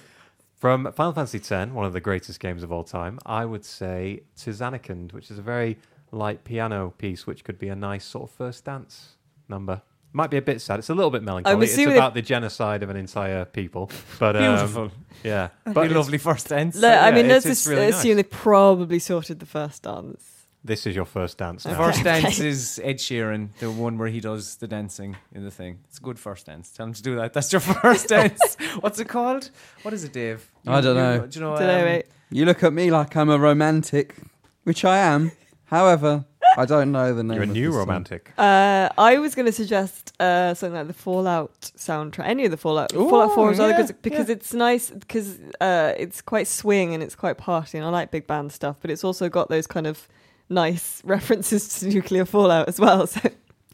From Final Fantasy X, one of the greatest games of all time, I would say Tizanakand, which is a very light piano piece, which could be a nice sort of first dance number. Might be a bit sad. It's a little bit melancholy. It's
assuming-
about the genocide of an entire people. But um,
[LAUGHS] Beautiful.
yeah,
But
but it's-
lovely first dance.
Le- I
yeah,
mean, let's
it's- it's
just
really
assume
nice.
they probably sorted the first dance.
this is your first dance.
[LAUGHS]
Now.
First
Okay.
dance is Ed Sheeran, the one where he does the dancing in the thing. It's a good first dance. Tell him to do that. That's your [LAUGHS] first dance. What's it called? What is it, Dave?
I don't know.
Do you know?
Oh,
Don't know,
um,
mate.
You look at me like I'm a romantic, which I am. However, I don't know the name.
You're a
of
new
this song.
romantic.
Uh, I was going to suggest uh, something like the Fallout soundtrack, any of the Fallout. Fallout Four is
Ooh,
rather
yeah,
good because it's nice because uh, it's quite swing and it's quite party, and I like big band stuff. But it's also got those kind of nice [LAUGHS] references to nuclear fallout as well. [LAUGHS] So
Uh,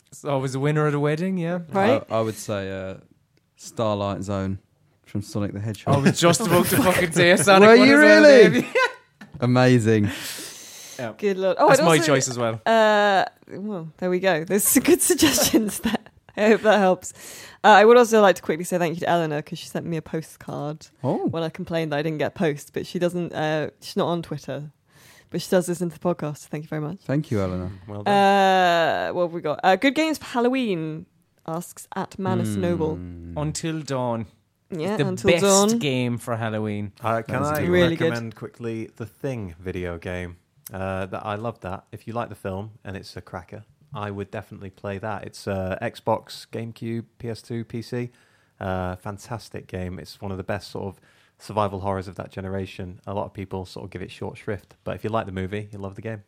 It's always a winner at a wedding, yeah.
right,
I, I would say uh, Starlight Zone from Sonic the
I
Oh,
Hedgehog.
was Oh, just about to fucking say a Sonic
Were
one
you
as well,
really?
baby.
[LAUGHS] Amazing.
good lord. Oh,
That's
I'd
my
also-
choice as well.
Uh, well, there we go. There's some good [LAUGHS] suggestions there. I hope that helps. Uh, I would also like to quickly say thank you to Eleanor because she sent me a postcard
Oh,
when I complained that I didn't get posts, but she doesn't. Uh, she's not on Twitter, but she does listen to the podcast. so Thank you very much.
thank you, Eleanor.
Well done.
Uh, what have we got? Uh, good games for Halloween asks at Manus Noble.
Mm.
Until Dawn.
Yeah,
the
until
best
dawn.
game for Halloween.
Uh, can
That was
I
good. Really good.
recommend quickly the Thing video game? Uh, that I love that. If you like the film and it's a cracker, I would definitely play that. It's uh, Xbox, GameCube, PS2, PC. Uh, fantastic game. It's one of the best sort of survival horrors of that generation. A lot of people sort of give it short shrift, but if you like the movie, you'll love the game.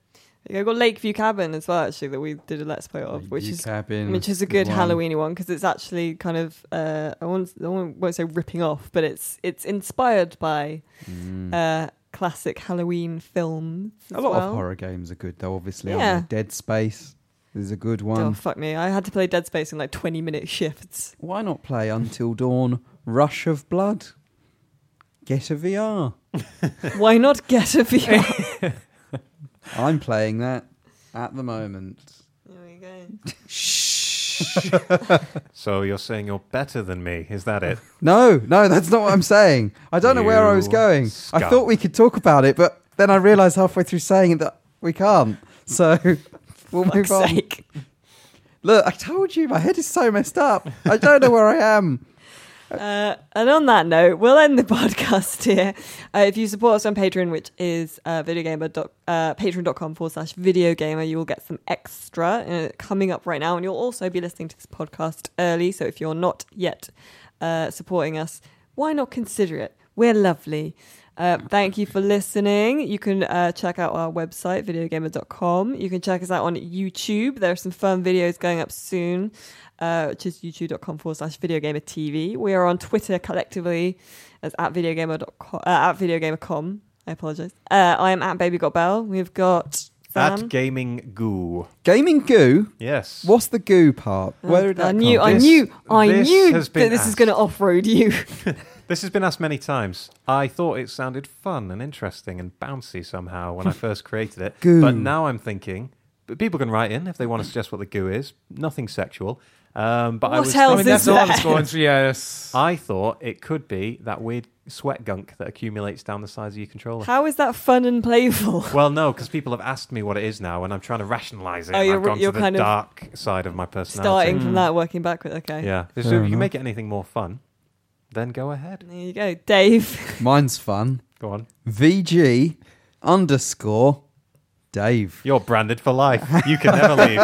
Yeah, I've got Lakeview Cabin as well, actually, that we did a let's play of, which
You
is
cabin
which is a good
one.
Halloweeny one because it's actually kind of uh, I won't I won't won't say ripping off, but it's it's inspired by
Mm.
uh, classic Halloween films.
a
as
lot
well.
of horror games are good, though. Obviously, aren't
Yeah.
they? Dead Space is a good
Oh
one.
fuck me! I had to play Dead Space in like twenty minute shifts.
Why not play Until Dawn? Rush of Blood. Get a VR.
[LAUGHS] Why not get a VR?
I'm playing that. at the moment.
There we go.
So you're saying you're better than me? Is that it?
No, no, that's not what I'm saying. I don't know where I was
You
going. I
scum.
thought we could talk about it, but then I realised halfway through saying it that we can't. So [LAUGHS] we'll move
Fuck's
on.
sake.
Look, I told you my head is so messed up. I don't know where I am.
Uh, and on that note, we'll end the [LAUGHS] podcast here. Uh, if you support us on Patreon, which is uh, videogamer. dot- Uh, patreon.com forward slash videogamer, you will get some extra uh, coming up right now. And you'll also be listening to this podcast early. So if you're not yet uh, supporting us, why not consider it? We're lovely. Uh, thank you for listening. You can uh, check out our website, videogamer.com. You can check us out on YouTube. There are some fun videos going up soon, uh, which is youtube.com forward slash videogamer TV. We are on Twitter collectively as at videogamer.com, uh, at videogamer.com. I apologize. Uh, I am at Baby Got Bell. We've got Sam.
At gaming goo.
Gaming goo.
Yes.
What's the goo part? Where did that
Uh, I knew,
come
I
from?
This-
knew, I
this
knew
has
that
been
this is
asked.
going to off-road
[LAUGHS]
you.
This has been asked many times. I thought it sounded fun and interesting and bouncy somehow
[LAUGHS]
when I first created it.
Goo.
But now I'm thinking, but people can write in if they want to suggest what the goo is. Nothing sexual. Um, but I
What
was
I
else
mean,
is
that's all
there?
that's going through.
[LAUGHS]
Yes.
I thought it could be that weird sweat gunk that accumulates down the sides of your controller.
How is that fun and playful?
well, no, because people have asked me what it is now, and I'm trying to rationalise it.
Oh,
and
you're-
I've gone
you're
to the
kind of
dark side of my personality.
Starting from that, working backwards. Okay.
Yeah. So
Fair
if you
enough.
make it anything more fun, then go ahead.
There you go, Dave.
Mine's fun.
Go on.
VG underscore Dave.
You're branded for life. You can
[LAUGHS]
never leave.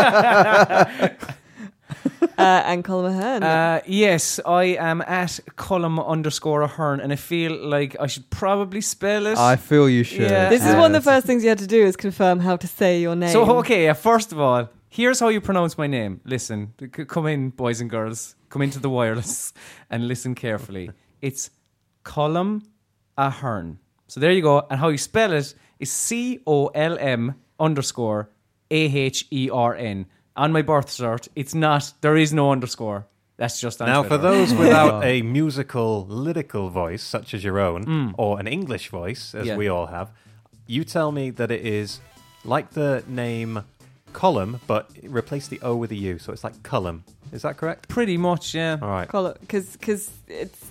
uh, and Colin Mahern.
Uh, yes, I am at column underscore Ahern, and I feel like I should probably spell it.
I feel you should.
Yeah.
this is
uh,
one of the first things you had to do is confirm how to say your name.
so okay, yeah, first of all, here's how you pronounce my name. Listen, c- come in, boys and girls, come into the wireless [LAUGHS] and listen carefully. It's column Ahern. So there you go. And how you spell it is C O L M underscore A H E R N. On my birth cert, it's not. There is no underscore. That's just on
Now,
Twitter.
for those
my
without
God.
a musical, lyrical voice such as your own, or an English voice, as
Yeah.
we all have, you tell me that it is like the name column, but replace the O with a U. So it's like column. Is that correct?
pretty much, yeah.
All right.
Colin, because because it's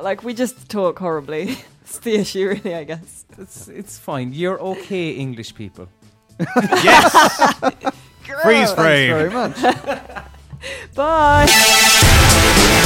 like we just talk horribly. [LAUGHS] it's the issue, really. I guess.
It's it's fine. You're okay, English people.
yes! Freeze
Thanks
frame!
very much.
Bye.